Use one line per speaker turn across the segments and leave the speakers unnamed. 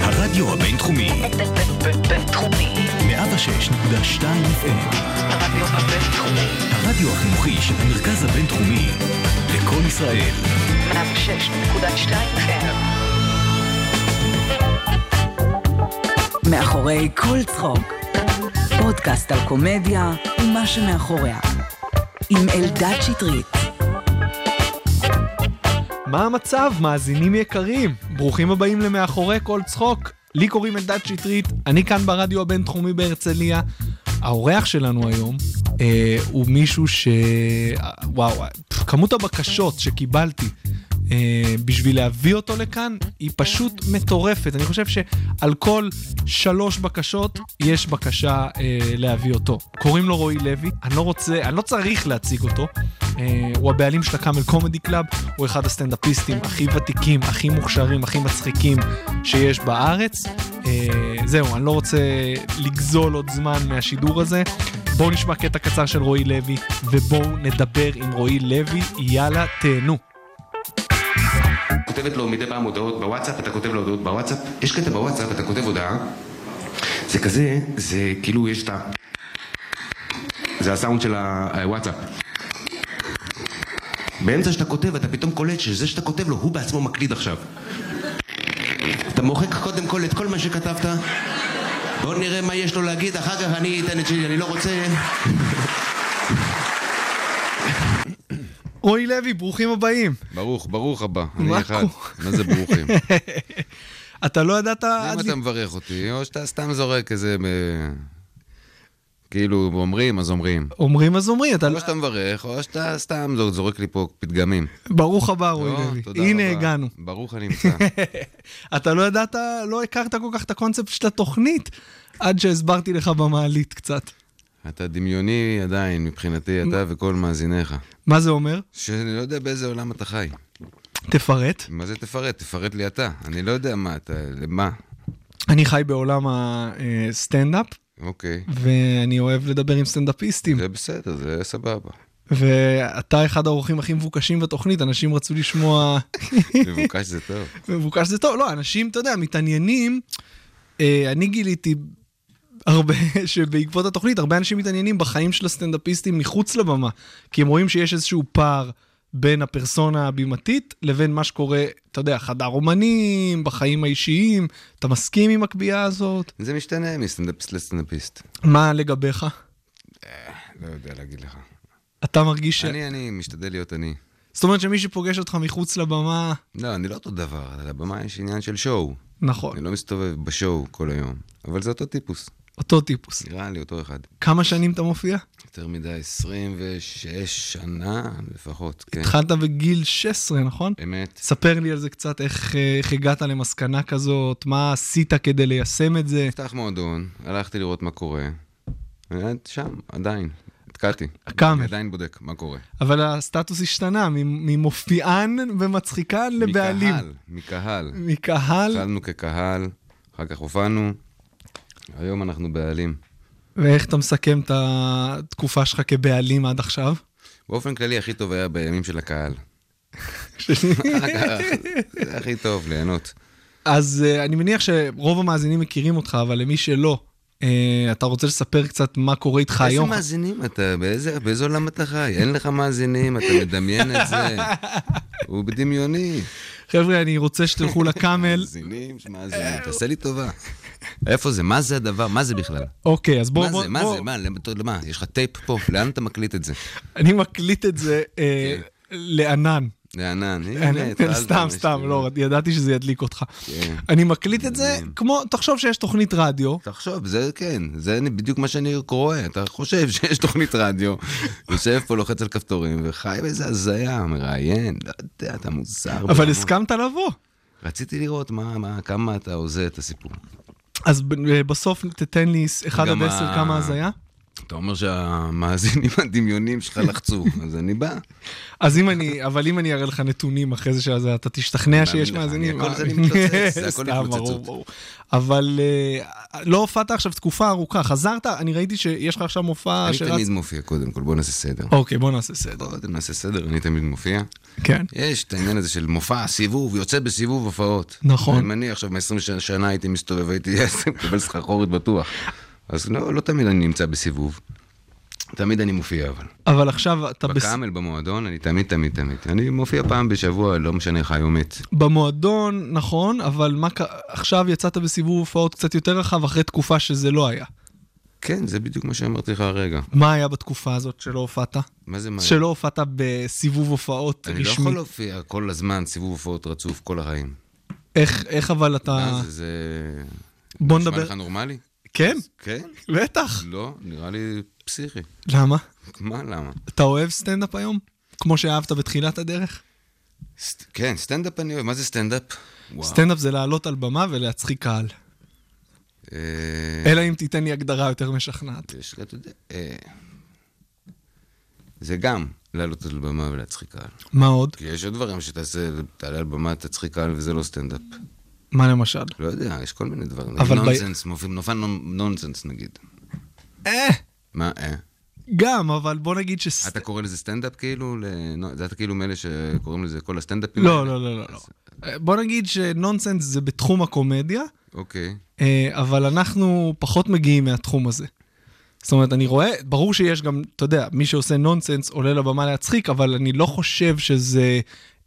הרדיו הבינתחומי,
בינתחומי.
106.2 FM,
הרדיו הבינתחומי.
הרדיו החינוכי של המרכז הבינתחומי, לקום ישראל,
106.2 FM.
מאחורי כל צחוק. פודקאסט על קומדיה ומה שמאחוריה. עם אלדד שטרית.
מה המצב, מאזינים יקרים? ברוכים הבאים למאחורי כל צחוק. לי קוראים אלדד שטרית, אני כאן ברדיו הבינתחומי בהרצליה. האורח שלנו היום אה, הוא מישהו ש... אה, וואו, אה, פף, כמות הבקשות שקיבלתי אה, בשביל להביא אותו לכאן היא פשוט מטורפת. אני חושב שעל כל שלוש בקשות יש בקשה אה, להביא אותו. קוראים לו רועי לוי, אני לא רוצה, אני לא צריך להציג אותו. אה, הוא הבעלים של הקאמל קומדי קלאב, הוא אחד הסטנדאפיסטים הכי ותיקים, הכי מוכשרים, הכי מצחיקים שיש בארץ. אה, זהו, אני לא רוצה לגזול עוד זמן מהשידור הזה. בואו נשמע קטע קצר של רועי לוי, ובואו נדבר עם רועי לוי. יאללה, תהנו.
כותבת לו מדי פעם הודעות בוואטסאפ, אתה כותב לו הודעות בוואטסאפ, יש קטע בוואטסאפ, אתה כותב הודעה, זה כזה, זה כאילו יש את ה... זה הסאונד של הוואטסאפ. באמצע שאתה כותב, אתה פתאום קולט שזה שאתה כותב לו, הוא בעצמו מקליד עכשיו. אתה מוחק קודם כל את כל מה שכתבת, בוא נראה מה יש לו להגיד, אחר כך אני אתן את שלי, אני לא רוצה...
רועי לוי, ברוכים הבאים.
ברוך, ברוך הבא.
מה
אני אחד.
קורה?
מה זה ברוכים?
אתה לא ידעת עד...
אם
לי-
אתה מברך אותי, או שאתה סתם זורק איזה... אה, כאילו, אומרים, אז אומרים.
אומרים אז אומרים, אתה לא...
או שאתה מברך, או שאתה סתם זור- זורק לי פה פתגמים.
ברוך הבא, רועי
לא,
לוי.
תודה
הנה
רבה.
הגענו.
ברוך הנמצא.
אתה לא ידעת, לא הכרת כל כך את הקונספט של התוכנית, עד שהסברתי לך במעלית קצת.
אתה דמיוני עדיין, מבחינתי, אתה וכל מאזיניך.
מה זה אומר?
שאני לא יודע באיזה עולם אתה חי.
תפרט.
מה זה תפרט? תפרט לי אתה. אני לא יודע מה אתה... מה?
אני חי בעולם הסטנדאפ,
אוקיי.
ואני אוהב לדבר עם סטנדאפיסטים.
זה בסדר, זה סבבה.
ואתה אחד האורחים הכי מבוקשים בתוכנית, אנשים רצו לשמוע...
מבוקש זה טוב.
מבוקש זה טוב, לא, אנשים, אתה יודע, מתעניינים. אה, אני גיליתי הרבה, שבעקבות התוכנית, הרבה אנשים מתעניינים בחיים של הסטנדאפיסטים מחוץ לבמה, כי הם רואים שיש איזשהו פער בין הפרסונה הבימתית לבין מה שקורה, אתה יודע, חדר אומנים, בחיים האישיים. אתה מסכים עם הקביעה הזאת?
זה משתנה מסטנדאפיסט לסטנדאפיסט.
מה לגביך?
לא יודע להגיד לך.
אתה מרגיש ש...
אני, אני משתדל להיות אני.
זאת אומרת שמי שפוגש אותך מחוץ לבמה,
לא, אני לא אותו דבר, על הבמה יש עניין של שואו.
נכון,
אני לא מסתובב בשואו כל היום, אבל זה אותו טיפוס,
אותו טיפוס.
נראה לי אותו אחד.
כמה שנים אתה מופיע?
יותר מדי 26 שנה לפחות, כן.
התחלת בגיל 16, נכון?
אמת.
ספר לי על זה קצת, איך, אה, איך הגעת למסקנה כזאת, מה עשית כדי ליישם את זה.
נפתח מועדון, הלכתי לראות מה קורה. אני עד שם, עדיין. התקעתי.
הקאמל.
אני עדיין בודק מה קורה.
אבל הסטטוס השתנה, מ- ממופיען ומצחיקן לבעלים.
מקהל, כן. מקהל.
מקהל.
התחלנו כקהל, אחר כך הופענו, היום אנחנו בעלים.
ואיך אתה מסכם את התקופה שלך כבעלים עד עכשיו?
באופן כללי הכי טוב היה בימים של הקהל. זה הכי טוב, ליהנות.
אז אה, אני מניח שרוב המאזינים מכירים אותך, אבל למי שלא, אה, אתה רוצה לספר קצת מה קורה איתך
איזה
היום?
מאזינים אתה? באיזה, באיזה עולם אתה חי? אין לך מאזינים, אתה מדמיין את זה. הוא בדמיוני.
חבר'ה, אני רוצה שתלכו לקאמל.
מאזינים,
אה,
מאזינים, תעשה לי טובה. איפה זה? מה זה הדבר? מה זה בכלל?
אוקיי, אז בוא...
מה
בוא-
זה? מה
בוא-
זה? מה? למה- למה? יש לך טייפ פה? לאן אתה מקליט את זה?
אני מקליט את זה אה,
אוקיי.
לענן.
לענן, הנה,
אני-
התחלת,
סתם,
יש
סתם,
לי-
לא, ידעתי שזה ידליק אותך.
כן.
אני מקליט את זה כמו, תחשוב שיש תוכנית רדיו,
תחשוב, זה כן, זה בדיוק מה שאני רואה. אתה חושב שיש תוכנית רדיו, יושב פה, לוחץ על כפתורים, וחי באיזה הזיה, מראיין, לא יודע, אתה מוזר.
אבל
ברמה.
הסכמת לבוא.
רציתי לראות מה, מה, כמה אתה הוזה את הסיפור.
אז ב- אה, בסוף תתן לי ס- אחד עד
גם
עשר
ה-
כמה אז היה.
אתה אומר שהמאזינים הדמיונים שלך לחצו, אז אני בא.
אז אם אני, אבל אם אני אראה לך נתונים אחרי זה של זה, אתה תשתכנע שיש
לך, אני-
מאזינים.
הכל זה אני מתלוצץ, זה הכל
סתם,
התלוצצות.
ברור, ברור. אבל אה, לא הופעת עכשיו תקופה ארוכה, חזרת, אני ראיתי שיש לך עכשיו מופע
אני
שרץ...
תמיד מופיע קודם כל, בוא נעשה סדר.
אוקיי, בוא נעשה סדר.
קודם נעשה סדר, אני תמיד מופיע.
כן.
יש את העניין הזה של מופע, סיבוב, יוצא בסיבוב הופעות.
נכון.
אם אני עכשיו מ-20 ש- שנה הייתי מסתובב, הייתי מקבל סחרחורת בטוח. אז לא, לא תמיד אני נמצא בסיבוב. תמיד אני מופיע אבל.
אבל עכשיו אתה בס-
בקאמל, במועדון, אני תמיד, תמיד, תמיד. אני מופיע פעם בשבוע, לא משנה חי או מת.
במועדון, נכון, אבל מה ק- עכשיו יצאת בסיבוב הופעות קצת יותר רחב אחרי תקופה שזה לא היה.
כן, זה בדיוק מה שאמרתי לך הרגע.
מה היה בתקופה הזאת שלא הופעת?
מה זה מה?
שלא הופעת בסיבוב הופעות
אני לא
רשמי.
יכול להופיע כל הזמן סיבוב הופעות רצוף כל החיים.
איך- איך אבל אתה...
מה זה, זה...
אה. בוא
נשמע לך
נדבר...
נורמלי?
כן,
כן?
בטח.
לא, נראה לי פסיכי.
למה?
מה, למה?
אתה אוהב סטנדאפ היום? כמו שאהבת בתחילת הדרך?
סט- כן, סטנדאפ אני אוהב, מה זה סטנדאפ? וואו.
סטנדאפ זה לעלות על במה ולהצחיק קהל.
כן. אה,
אלא אם תיתן לי הגדרה יותר משכנעת.
יש לך, אתה יודע, אה, זה גם לעלות על במה ולהצחיק קהל.
מה עוד?
כי יש עוד דברים שתעשה, תעלה על במה, תצחיק קהל, וזה לא סטנדאפ.
מה למשל?
לא יודע, יש כל מיני דברים.
אבל ב-
נונסנס, מופיעים נופן נונסנס נגיד.
אה,
מה, אה?
גם, אבל בוא נגיד ש...
אתה קורא לזה סטנדאפ כאילו? לנ- זה אתה כאילו מאלה שקוראים לזה כל הסטנדאפים?
לא,
האלה?
לא, לא, לא, לא. אה, בוא נגיד שנונסנס זה בתחום הקומדיה,
אוקיי.
אה, אבל אנחנו פחות מגיעים מהתחום הזה. זאת אומרת, אני רואה, ברור שיש גם, אתה יודע, מי שעושה נונסנס עולה לבמה להצחיק, אבל אני לא חושב שזה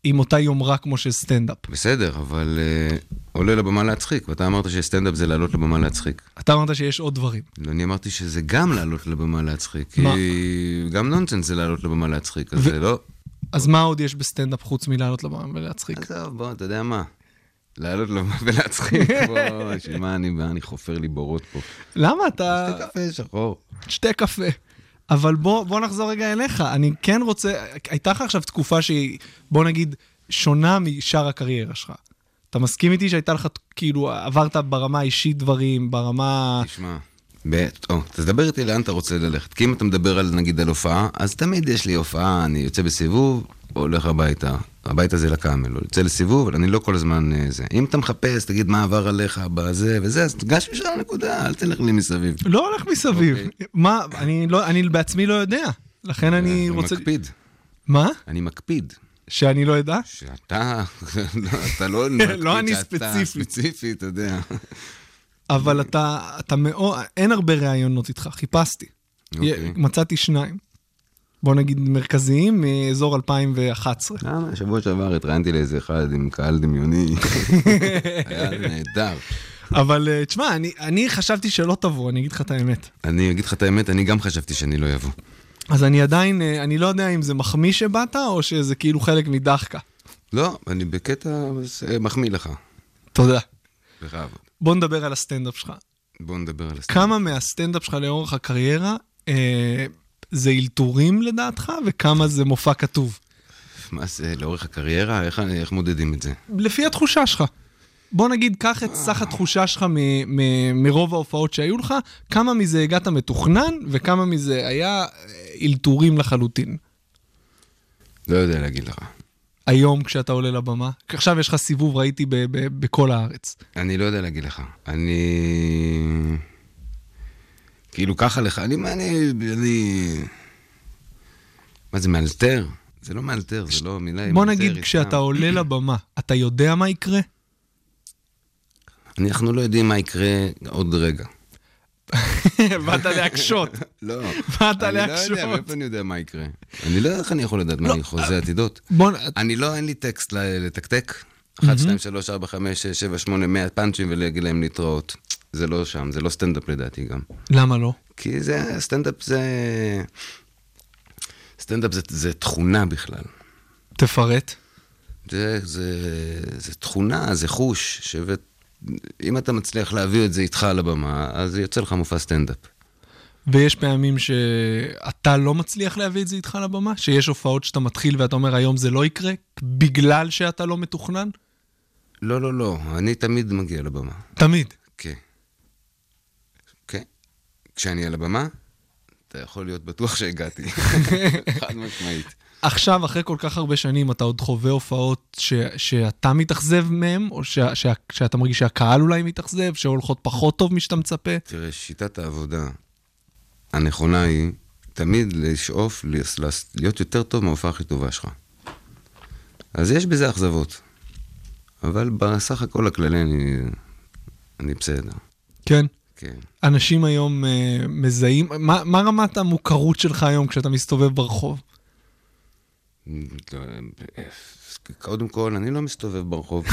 עם אותה יומרה כמו של סטנדאפ.
בסדר, אבל אה, עולה לבמה להצחיק, ואתה אמרת שסטנדאפ זה לעלות לבמה להצחיק.
אתה אמרת שיש עוד דברים.
לא, אני אמרתי שזה גם לעלות לבמה להצחיק,
מה?
כי גם נונסנס זה לעלות לבמה להצחיק, אז זה לא...
אז מה עוד יש בסטנדאפ חוץ מלעלות לבמה ולהצחיק?
עזוב, בוא, אתה יודע מה. לעלות לבמה ולהצחיק, בוא, שמע, אני אני חופר לי בורות פה.
למה אתה...
שתי קפה שחור.
שתי קפה. אבל בוא, בוא נחזור רגע אליך, אני כן רוצה, הייתה לך עכשיו תקופה שהיא, בוא נגיד, שונה משאר הקריירה שלך. אתה מסכים איתי שהייתה לך, כאילו, עברת ברמה האישית דברים, ברמה...
תשמע. ב'- או, תדבר איתי לאן אתה רוצה ללכת. כי אם אתה מדבר על, נגיד, על הופעה, אז תמיד יש לי הופעה, אני יוצא בסיבוב, הולך הביתה. הביתה זה לקאמל, לא יוצא לסיבוב, אבל אני לא כל הזמן אה, זה. אם אתה מחפש, תגיד מה עבר עליך בזה וזה, אז תגש בשביל הנקודה, אל תלך לי מסביב.
לא הולך מסביב.
אוקיי.
מה, אני, לא, אני בעצמי לא יודע, לכן אני רוצה...
אני מקפיד,
מה?
אני מקפיד.
שאני לא אדע?
שאתה, לא, אתה לא...
לא אני
שאתה
ספציפית.
ספציפית, אתה יודע.
אבל אתה, אתה מאוד, אין הרבה ראיונות איתך, חיפשתי.
אוקיי.
מצאתי שניים. בוא נגיד מרכזיים, מאזור 2011.
למה? שבוע שעבר התראיינתי לאיזה אחד עם קהל דמיוני. היה נהדר.
אבל אה, תשמע, אני, אני חשבתי שלא תבוא, אני אגיד לך את האמת.
אני אגיד לך את האמת, אני גם חשבתי שאני לא אבוא.
אז אני עדיין, אה, אני לא יודע אם זה מחמיא שבאת, או שזה כאילו חלק מדחקה.
לא, אני בקטע אה, מחמיא לך.
תודה.
בכבוד.
בוא נדבר על הסטנדאפ שלך.
בוא נדבר על הסטנדאפ.
כמה מהסטנדאפ שלך לאורך הקריירה אה, זה אלתורים לדעתך, וכמה זה מופע כתוב?
מה זה, לאורך הקריירה? איך- איך מודדים את זה?
לפי התחושה שלך. בוא נגיד, קח את סך התחושה שלך מ- מ- מרוב ההופעות שהיו לך, כמה מזה הגעת מתוכנן, וכמה מזה היה אה, אלתורים לחלוטין.
לא יודע להגיד לך.
היום כשאתה עולה לבמה? כי עכשיו יש לך סיבוב, ראיתי, ב- ב- בכל הארץ.
אני לא יודע להגיד לך. אני... כאילו ככה לך, אני... מה, אני... אני... מה זה, מאלתר? זה לא מאלתר, זה לא מילה... היא
בוא
מאלתרת,
נגיד,
סתם.
כשאתה עולה לבמה, אתה יודע מה יקרה?
אנחנו לא יודעים מה יקרה עוד רגע.
באת להקשות.
לא.
באת
אני לא יודע,
להקשות.
מאיפה אני יודע מה יקרה? אני לא יודע איך אני יכול לדעת מה אני חוזה עתידות.
אה, בוא, נ-
אני לא, אין לי טקסט ל- לתקתק. 1, 2, 3, 4, 5, 6, 7, 8, 100 פאנצ'ים ולהגיד להם להתראות. זה לא שם, זה לא סטנדאפ לדעתי גם.
למה לא?
כי זה, סטנדאפ זה... סטנדאפ זה, זה תכונה בכלל.
תפרט.
זה, זה, זה תכונה, זה חוש, שווה... אם אתה מצליח להביא את זה איתך על הבמה, אז יוצא לך מופע סטנדאפ.
ויש פעמים שאתה לא מצליח להביא את זה איתך לבמה? שיש הופעות שאתה מתחיל ואתה אומר, היום זה לא יקרה, בגלל שאתה לא מתוכנן?
לא, לא, לא, אני תמיד מגיע לבמה.
תמיד.
כן. כן. כשאני על הבמה, אתה יכול להיות בטוח שהגעתי. חד משמעית.
עכשיו, אחרי כל כך הרבה שנים, אתה עוד חווה הופעות ש, שאתה מתאכזב מהם, או ש, ש, שאתה מרגיש שהקהל אולי מתאכזב, שהולכות פחות טוב משאתה מצפה?
תראה, שיטת העבודה הנכונה היא תמיד לשאוף לס- לס- להיות יותר טוב מההופעה הכי טובה שלך. אז יש בזה אכזבות, אבל בסך הכל הכללי אני, אני בסדר.
כן.
כן.
אנשים היום אה, מזהים, מה, מה רמת המוכרות שלך היום כשאתה מסתובב ברחוב?
לא, קודם כל, אני לא מסתובב ברחוב.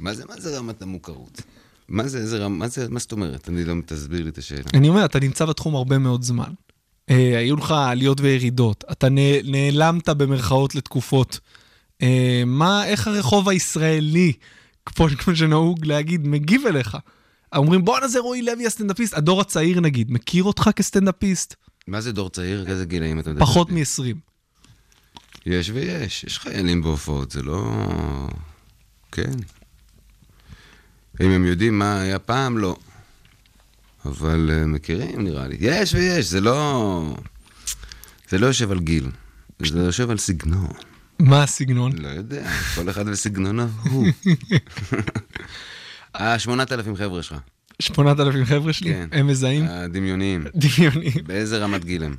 מה זה, מה זה רמת המוכרות? מה זה, איזה רמה, מה זה, מה זאת אומרת? אני לא, תסביר לי את השאלה.
אני אומר, אתה נמצא בתחום הרבה מאוד זמן. אה, היו לך עליות וירידות, אתה נ- נעלמת במרכאות לתקופות. אה, מה, איך הרחוב הישראלי, כמו, כמו שנהוג להגיד, מגיב אליך? אומרים, בואנה זה רועי לוי הסטנדאפיסט, הדור הצעיר נגיד, מכיר אותך כסטנדאפיסט?
מה זה דור צעיר? איזה גילאים אתה מדבר?
פחות
איתי?
מ-20.
יש ויש, יש חיילים בהופעות, זה לא... כן. אם הם יודעים מה היה פעם, לא. אבל אה, מכירים, נראה לי. יש ויש, זה לא... זה לא יושב על גיל, זה יושב על סגנון.
מה הסגנון?
לא יודע, כל אחד וסגנונו הוא. אה, 8,000 חבר'ה שלך.
8,000 חבר'ה שלי?
כן.
הם מזהים?
הדמיוניים.
דמיוני.
באיזה רמת גיל הם?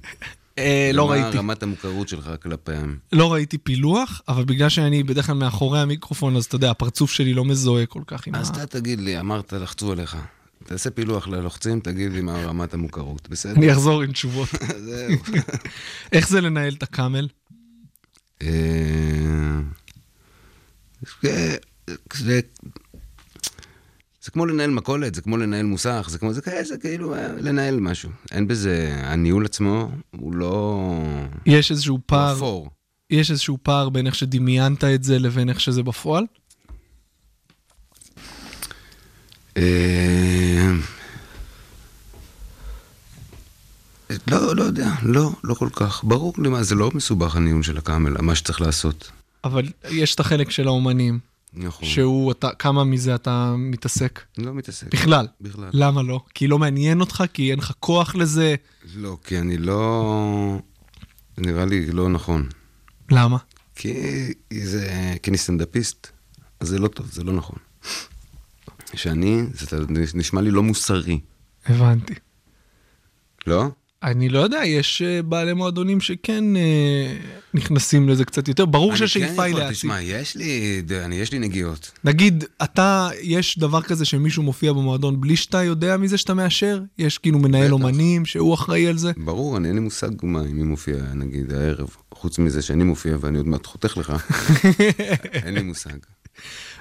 אה, לא ראיתי.
מה רמת המוכרות שלך כלפיהם?
לא ראיתי פילוח, אבל בגלל שאני בדרך כלל מאחורי המיקרופון, אז אתה יודע, הפרצוף שלי לא מזוהה כל כך עם ה...
אז אתה תגיד לי, אמרת, לחצו עליך. תעשה פילוח ללוחצים, תגיד לי מה רמת המוכרות, בסדר?
אני אחזור עם תשובות.
זהו.
איך זה לנהל את הקאמל?
אה, זה- זה- זה כמו לנהל מכולת, זה כמו לנהל מוסך, זה כמו, זה כאלה, זה כאילו אה, לנהל משהו. אין בזה, הניהול עצמו הוא לא...
יש איזשהו
הוא
פער,
אפור.
יש איזשהו פער בין איך שדמיינת את זה לבין איך שזה בפועל?
אה, לא, לא יודע, לא, לא כל כך. ברור לי מה, זה לא מסובך הניהול של הקאמל, מה שצריך לעשות.
אבל יש את החלק של האומנים,
נכון.
שהוא, אתה, כמה מזה אתה מתעסק?
לא מתעסק.
בכלל.
בכלל.
למה לא? כי לא מעניין אותך? כי אין לך כוח לזה?
לא, כי אני לא... נראה לי לא נכון.
למה?
כי, זה, כי אני סטנדאפיסט, אז זה לא טוב, זה לא נכון. שאני, זה נשמע לי לא מוסרי.
הבנתי.
לא?
אני לא יודע, יש אה, בעלי מועדונים שכן אה, נכנסים לזה קצת יותר. ברור שהשאיפה היא להציג.
כן תשמע, יש לי, אני, יש לי נגיעות.
נגיד, אתה, יש דבר כזה שמישהו מופיע במועדון בלי שאתה יודע מזה שאתה מאשר? יש כאילו מנהל
בטח.
אומנים שהוא אחראי על זה?
ברור, אני אין לי מושג מה, אם היא מופיעה, נגיד, הערב. חוץ מזה שאני מופיע ואני עוד מעט חותך לך, אין לי מושג.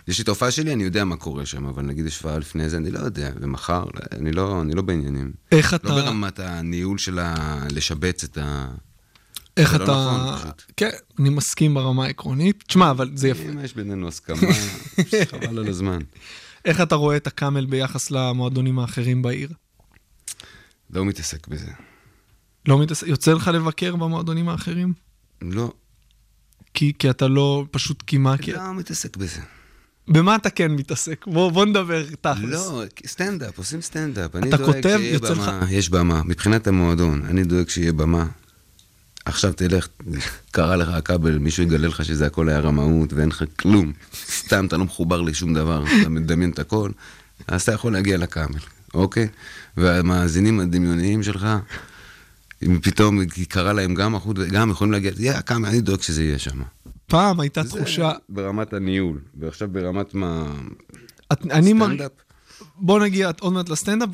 יש לי את ההופעה שלי, אני יודע מה קורה שם, אבל נגיד יש הופעה לפני זה, אני לא יודע, ומחר, אני לא, אני לא בעניינים.
איך אתה...
לא ברמת הניהול של ה... לשבץ את ה...
איך
זה לא
אתה...
נכון, פשוט. כן.
כן, אני מסכים ברמה העקרונית. תשמע, אבל זה יפה.
אם יש בינינו הסכמה, חבל על הזמן.
איך אתה רואה את הקאמל ביחס למועדונים האחרים בעיר?
לא מתעסק בזה.
לא מתעסק... יוצא לך לבקר במועדונים האחרים?
לא,
כי, כי אתה לא... פשוט כי מה? כי...
לא מתעסק בזה.
במה אתה כן מתעסק? בוא, בוא נדבר תכלס.
לא, סטנדאפ, עושים סטנדאפ. אני
אתה
דואג
כותב,
שיהיה
יוצא לך-
במה. יש במה. מבחינת המועדון, אני דואג שיהיה במה. עכשיו תלך, קרה לך הכבל, מישהו יגלה לך שזה הכל היה רמאות ואין לך כלום. סתם, אתה לא מחובר לשום דבר, אתה מדמיין את הכל, אז אתה יכול להגיע לקאמל, אוקיי? והמאזינים הדמיוניים שלך, אם פתאום קרה להם גם החוט, גם יכולים להגיע, יא, הקאמל, אני דואג שזה יהיה שם.
פעם הייתה תחושה...
זה ברמת הניהול, ועכשיו ברמת מה...
את, אני מרגיש...
סטנדאפ.
בוא נגיע עוד מעט לסטנדאפ.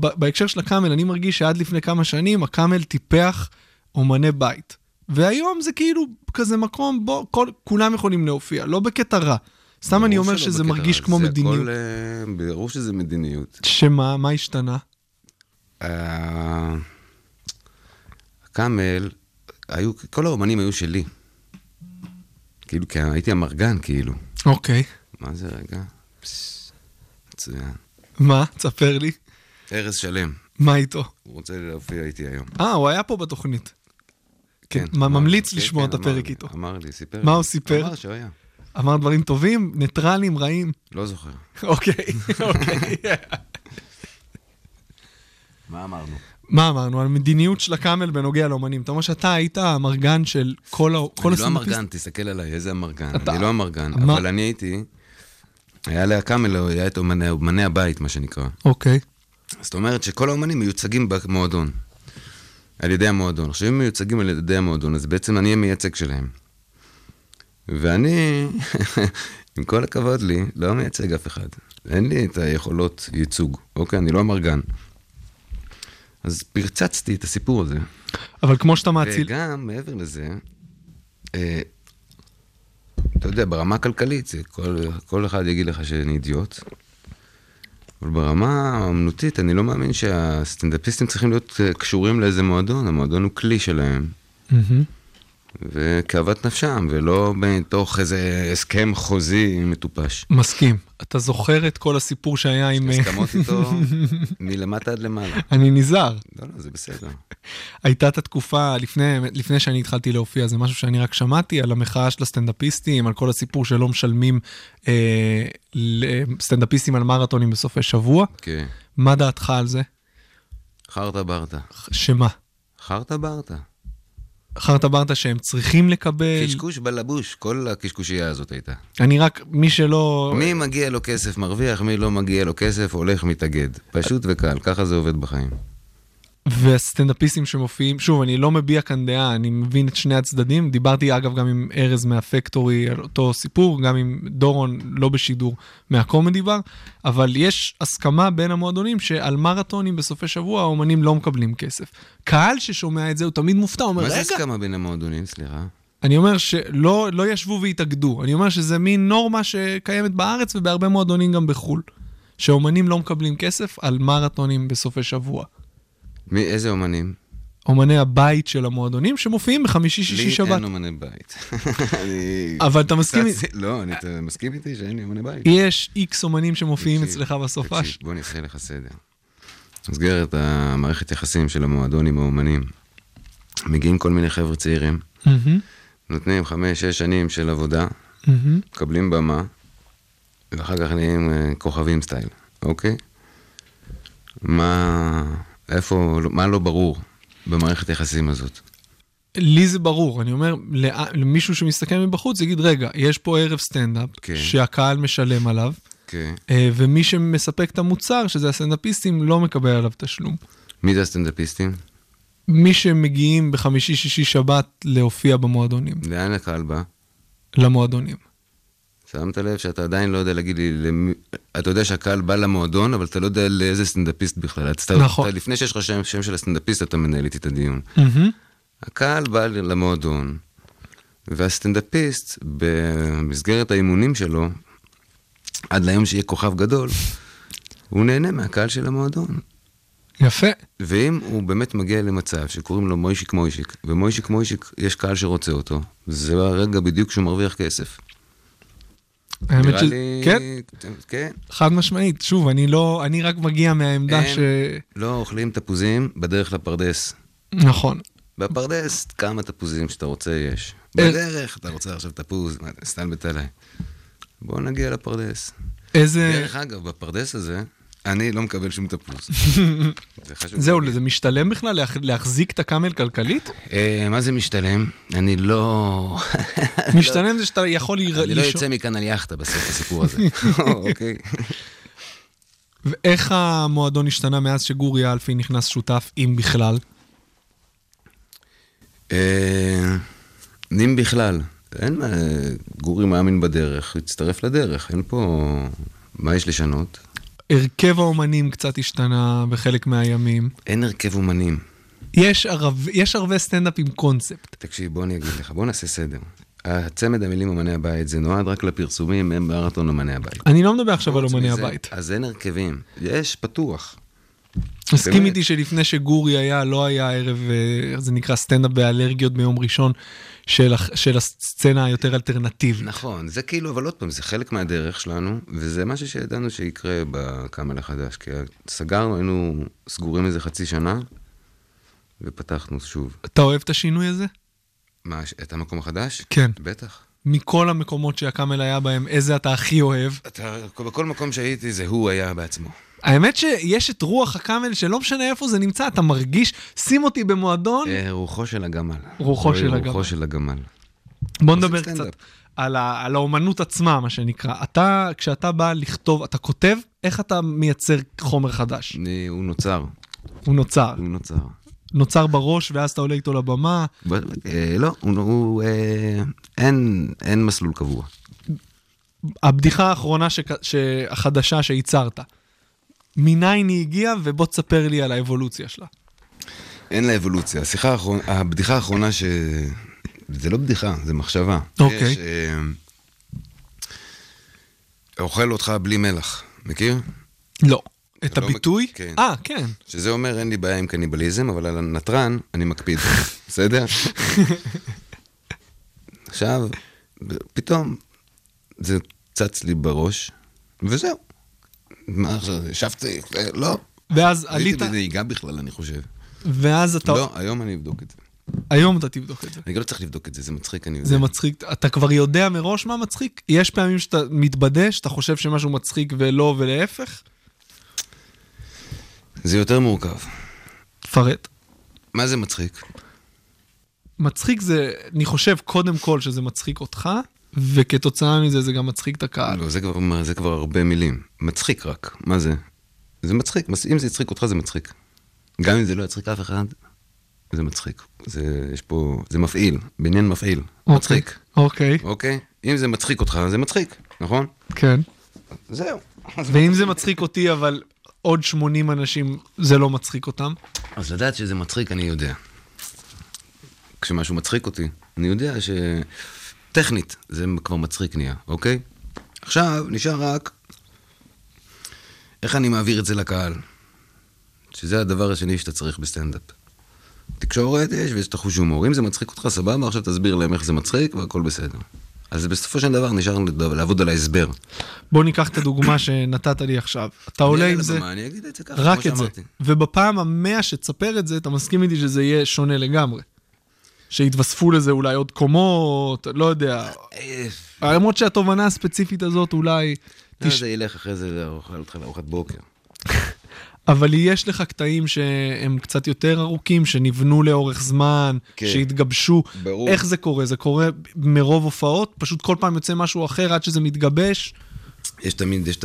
ב- בהקשר של הקאמל, אני מרגיש שעד לפני כמה שנים הקאמל טיפח אומני בית. והיום זה כאילו כזה מקום בו כל, כולם יכולים להופיע, לא בקטע רע. סתם אני
ברור
אומר
שלא
שזה
בקטע
מרגיש
רע,
כמו מדיניות.
זה הכל, אה, ברור שזה מדיניות.
שמה, מה השתנה?
אה, הקאמל, היו, כל האומנים היו שלי. כאילו, כי הייתי אמרגן, כאילו.
אוקיי.
מה זה רגע? פס, מצוין.
מה? תספר לי.
ארז שלם,
מה איתו?
הוא רוצה להופיע איתי היום.
אה, הוא היה פה בתוכנית. כן,
אמר לי,
ממליץ
כן,
לשמוע
כן,
את
אמר
הפרק
לי,
איתו.
אמר לי, סיפר.
מה
לי.
הוא סיפר?
אמר שהוא היה.
אמר דברים טובים, ניטרלים, רעים.
לא זוכר.
אוקיי, אוקיי.
מה אמרנו?
מה אמרנו? על מדיניות של הקאמל בנוגע לאומנים. אתה אומר שאתה היית המרגן של כל ה... כל
אני לא
הסטנדאפיסט-
אמרגן, תסתכל עליי, איזה אמרגן.
אתה-
אני לא אמרגן,
אמר-
אבל אני הייתי... היה להקאמל, היה את אומני- אומני הבית, מה שנקרא.
אוקיי.
זאת אומרת שכל האומנים מיוצגים במועדון. על ידי המועדון. עכשיו, אם מיוצגים על ידי המועדון, אז בעצם אני המייצג שלהם. ואני, עם כל הכבוד לי, לא מייצג אף אחד. אין לי את היכולות ייצוג, אוקיי? אני לא אמרגן. אז פרצצתי את הסיפור הזה.
אבל כמו שאתה מאציל...
וגם, מעבר לזה, אה, אתה יודע, ברמה הכלכלית, זה כל, כל אחד יגיד לך שאני אידיוט, אבל ברמה האמנותית, אני לא מאמין שהסטנדאפיסטים צריכים להיות אה, קשורים לאיזה מועדון, המועדון הוא כלי שלהם,
מהמם.
וכאוות נפשם, ולא בתוך איזה הסכם חוזי מטופש.
מסכים. אתה זוכר את כל הסיפור שהיה עם... אה,
הסכמות איתו מלמטה עד למעלה.
אני נזהר.
לא, לא, זה בסדר.
הייתה את התקופה, לפני, לפני שאני התחלתי להופיע, זה משהו שאני רק שמעתי, על המחאה של הסטנדאפיסטים, על כל הסיפור שלא משלמים אה, סטנדאפיסטים על מרתונים בסופי שבוע.
כן.
מה דעתך על זה?
חרטה ברטה.
שמה?
חרטה ברטה.
חרטה ברטה שהם צריכים לקבל?
קשקוש בלבוש, כל הקשקושייה הזאת הייתה.
אני רק, מי שלא...
מי מגיע לו כסף מרוויח, מי לא מגיע לו כסף הולך מתאגד. פשוט וקל, ככה זה עובד בחיים.
והסטנדאפיסטים שמופיעים, שוב, אני לא מביע כאן דעה, אני מבין את שני הצדדים. דיברתי אגב גם עם ארז מהפקטורי על אותו סיפור, גם עם דורון, לא בשידור, מהקומדי בר, אבל יש הסכמה בין המועדונים שעל מרתונים בסופי שבוע האומנים לא מקבלים כסף. קהל ששומע את זה הוא תמיד מופתע, הוא אומר,
מה זה
רגע,
הסכמה בין המועדונים, סליחה?
אני אומר שלא לא ישבו והתאגדו, אני אומר שזה מין נורמה שקיימת בארץ ובהרבה מועדונים גם בחו"ל, שאומנים לא מקבלים כסף על מרתונים בסופי שבוע.
מי, איזה אומנים?
אומני הבית של המועדונים שמופיעים בחמישי, שישי,
לי
שבת.
אין אומני בית. אני-
אבל אתה מסכים-
קצת- לא, אני- אתה מסכים איתי שאין לי אומני בית.
יש איקס אומנים שמופיעים
תקשיב,
אצלך בסופש.
תקשיב, בוא נעשה לך סדר. במסגרת המערכת יחסים של המועדון עם האומנים, מגיעים כל מיני חבר'ה צעירים,
מהמם,
נותנים חמש, שש שנים של עבודה,
מהמם.
מקבלים במה, ואחר כך נהיים אה, כוכבים סטייל, אוקיי? מה, איפה, מה לא ברור במערכת היחסים הזאת?
לי זה ברור, אני אומר, לא- למישהו שמסתכל מבחוץ יגיד, רגע, יש פה ערב סטנדאפ
כן.
שהקהל משלם עליו,
כן.
אה, ומי שמספק את המוצר, שזה הסטנדאפיסטים, לא מקבל עליו תשלום.
מי זה הסטנדאפיסטים?
מי שמגיעים בחמישי, שישי, שבת להופיע במועדונים,
לאן הקהל בא?
למועדונים.
שמת לב שאתה עדיין לא יודע להגיד לי, למי... אתה יודע שהקהל בא למועדון, אבל אתה לא יודע לאיזה סטנדאפיסט בכלל. אז אתה,
נכון.
אתה, לפני שיש לך שם, שם של הסטנדאפיסט, אתה מנהל איתי את הדיון.
מהמם,
הקהל בא למועדון, והסטנדאפיסט, במסגרת האימונים שלו, עד ליום שיהיה כוכב גדול, הוא נהנה מהקהל של המועדון.
יפה.
ואם הוא באמת מגיע למצב שקוראים לו מוישיק מוישיק, ומוישיק מוישיק יש קהל שרוצה אותו, זה הרגע בדיוק שהוא מרוויח כסף.
האמת
נראה
ש-
לי...
כן,
כן.
חד משמעית. שוב, אני לא, אני רק מגיע מהעמדה
אין-
ש...
לא אוכלים תפוזים בדרך לפרדס.
נכון.
בפרדס, כמה תפוזים שאתה רוצה יש.
אה.
בדרך, אתה רוצה עכשיו תפוז, מה, סתלבט עליי. בוא נגיע לפרדס.
איזה...
דרך אגב, בפרדס הזה, אני לא מקבל שום תפוז. זה חשוב.
זהו, זה משתלם בכלל להח- להחזיק את הקאמל כלכלית?
אה, מה זה משתלם? אני לא...
משתלם זה שאתה יכול ליר-
אני לא
לישון.
יוצא מכאן על יאכטה בסוף הסיפור הזה. אוקיי.
ואיך המועדון השתנה מאז שגורי אלפי נכנס שותף, אם בכלל?
אה, אם בכלל, אין מה, גורי מאמין בדרך, הוא יצטרף לדרך, אין פה... מה יש לשנות?
הרכב האומנים קצת השתנה בחלק מהימים.
אין הרכב אומנים.
יש, ערב, יש הרבה סטנדאפ עם קונספט.
תקשיב, בוא אני אגיד לך, בוא נעשה סדר. הצמד המילים אמני הבית זה נועד רק לפרסומים, הם מרתון אמני הבית.
אני לא מדבר עכשיו על אומני
מזה,
הבית.
אז אין הרכבים, יש פתוח.
מסכים
באמת.
איתי שלפני שגורי היה, לא היה ערב, אה, זה נקרא סטנדאפ באלרגיות ביום ראשון, של, הח- של הסצנה היותר אלטרנטיבית.
נכון, זה כאילו, אבל עוד פעם, זה חלק מהדרך שלנו, וזה משהו שידענו שיקרה בקאמל החדש, כי סגרנו, היינו סגורים איזה חצי שנה, ופתחנו שוב.
אתה אוהב את השינוי הזה?
מה, ש- את המקום החדש?
כן.
בטח.
מכל המקומות שהקאמל היה בהם, איזה אתה הכי אוהב?
אתה, בכל מקום שהייתי זה הוא היה בעצמו.
האמת שיש את רוח הקאמל שלא משנה איפה זה נמצא, אתה מרגיש, שים אותי במועדון.
אה, רוחו של הגמל.
רוחו של הגמל.
רוחו של הגמל.
בוא
עושים
נדבר
סטנדאפ.
קצת על, ה, על האומנות עצמה, מה שנקרא. אתה, כשאתה בא לכתוב, אתה כותב, איך אתה מייצר חומר חדש?
אה, הוא נוצר,
הוא נוצר.
הוא נוצר.
נוצר בראש, ואז אתה עולה איתו לבמה.
ב- אה, לא, הוא- הוא... אה, אין- אין מסלול קבוע.
הבדיחה האחרונה, שק, החדשה שייצרת, מניין היא הגיעה, ובוא תספר לי על האבולוציה שלה.
אין לה אבולוציה. השיחה האחרונה, הבדיחה האחרונה ש... זה לא בדיחה, זה מחשבה.
אוקיי.
יש, אה, אוכל אותך בלי מלח, מכיר?
לא. את
לא
הביטוי?
מכ- כן.
אה, כן.
שזה אומר אין לי בעיה עם קניבליזם, אבל על הנתרן אני מקפיד, בסדר? עכשיו, פתאום זה צץ לי בראש, וזהו. מה עכשיו, ישבתי, אה, לא.
ואז עלית,
הייתי בנהיגה בכלל, אני חושב.
ואז אתה...
לא, היום אני אבדוק את זה.
היום אתה תבדוק את זה.
אני גם לא צריך לבדוק את זה, זה מצחיק, אני יודע.
זה מצחיק, אתה כבר יודע מראש מה מצחיק? יש פעמים שאתה מתבדה, שאתה חושב שמשהו מצחיק ולא ולהפך?
זה יותר מורכב.
תפרט.
מה זה מצחיק?
מצחיק זה, אני חושב קודם כל שזה מצחיק אותך, וכתוצאה מזה זה גם מצחיק את הקהל.
לא, זה כבר, זה כבר הרבה מילים. מצחיק רק, מה זה? זה מצחיק, מס- אם זה יצחיק אותך זה מצחיק. גם אם זה לא יצחיק אף אחד, זה מצחיק. זה, יש פה, זה מפעיל, בניין מפעיל. לא. מצחיק,
אוקיי,
אוקיי? אם זה מצחיק אותך, זה מצחיק, נכון?
כן.
זהו.
ואם זה מצחיק אותי, אבל עוד 80 אנשים, זה לא מצחיק אותם.
אז לדעת שזה מצחיק, אני יודע. כשמשהו מצחיק אותי, אני יודע ש... טכנית, זה כבר מצחיק נהיה, אוקיי? עכשיו, נשאר רק... איך אני מעביר את זה לקהל? שזה הדבר השני שאתה צריך בסטנדאפ. תקשורת יש ויש את החוש הומור. אם זה מצחיק אותך, סבבה, עכשיו תסביר להם איך זה מצחיק והכל בסדר. אז בסופו של דבר נשאר לעבוד על ההסבר.
בוא ניקח את הדוגמה שנתת לי עכשיו. אתה עולה
אני על
עם זה,
הבמה, אני אגיד את זה ככה,
רק
כמו
את זה.
שאמרתי.
ובפעם המאה שתספר את זה, אתה מסכים איתי שזה יהיה שונה לגמרי. שיתווספו לזה אולי עוד קומות, לא יודע.
אה,
למרות שהתובנה הספציפית הזאת אולי...
לא,
תש...
זה ילך אחרי זה לאוכל אותך לארוחת בוקר.
אבל יש לך קטעים שהם קצת יותר ארוכים, שנבנו לאורך זמן,
כן.
שהתגבשו.
ברור.
איך זה קורה? זה קורה מרוב הופעות? פשוט כל פעם יוצא משהו אחר עד שזה מתגבש?
יש תמיד, יש את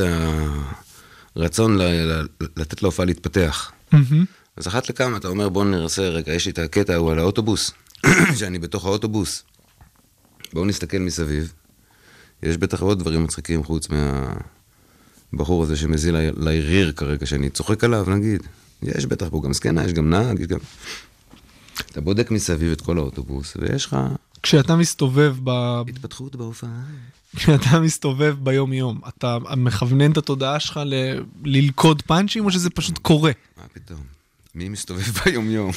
הרצון ל- ל- לתת להופעה להתפתח. אז אחת לכמה אתה אומר, בואו ננסה, רגע, יש לי את הקטע ההוא על האוטובוס, שאני בתוך האוטובוס. בואו נסתכל מסביב. יש בטח עוד דברים מצחיקים חוץ מהבחור הזה שמזיל ל- לריר כרגע, שאני צוחק עליו, נגיד. יש בטח פה גם זקנה, יש גם נהג, יש גם... אתה בודק מסביב את כל האוטובוס, ויש לך
כשאתה מסתובב ב...
התפתחות בהופעה.
כשאתה מסתובב ביום-יום, אתה מכוונן את התודעה שלך ל... ללכוד פאנצ'ים, או שזה פשוט קורה?
מה פתאום? מי מסתובב ביום-יום?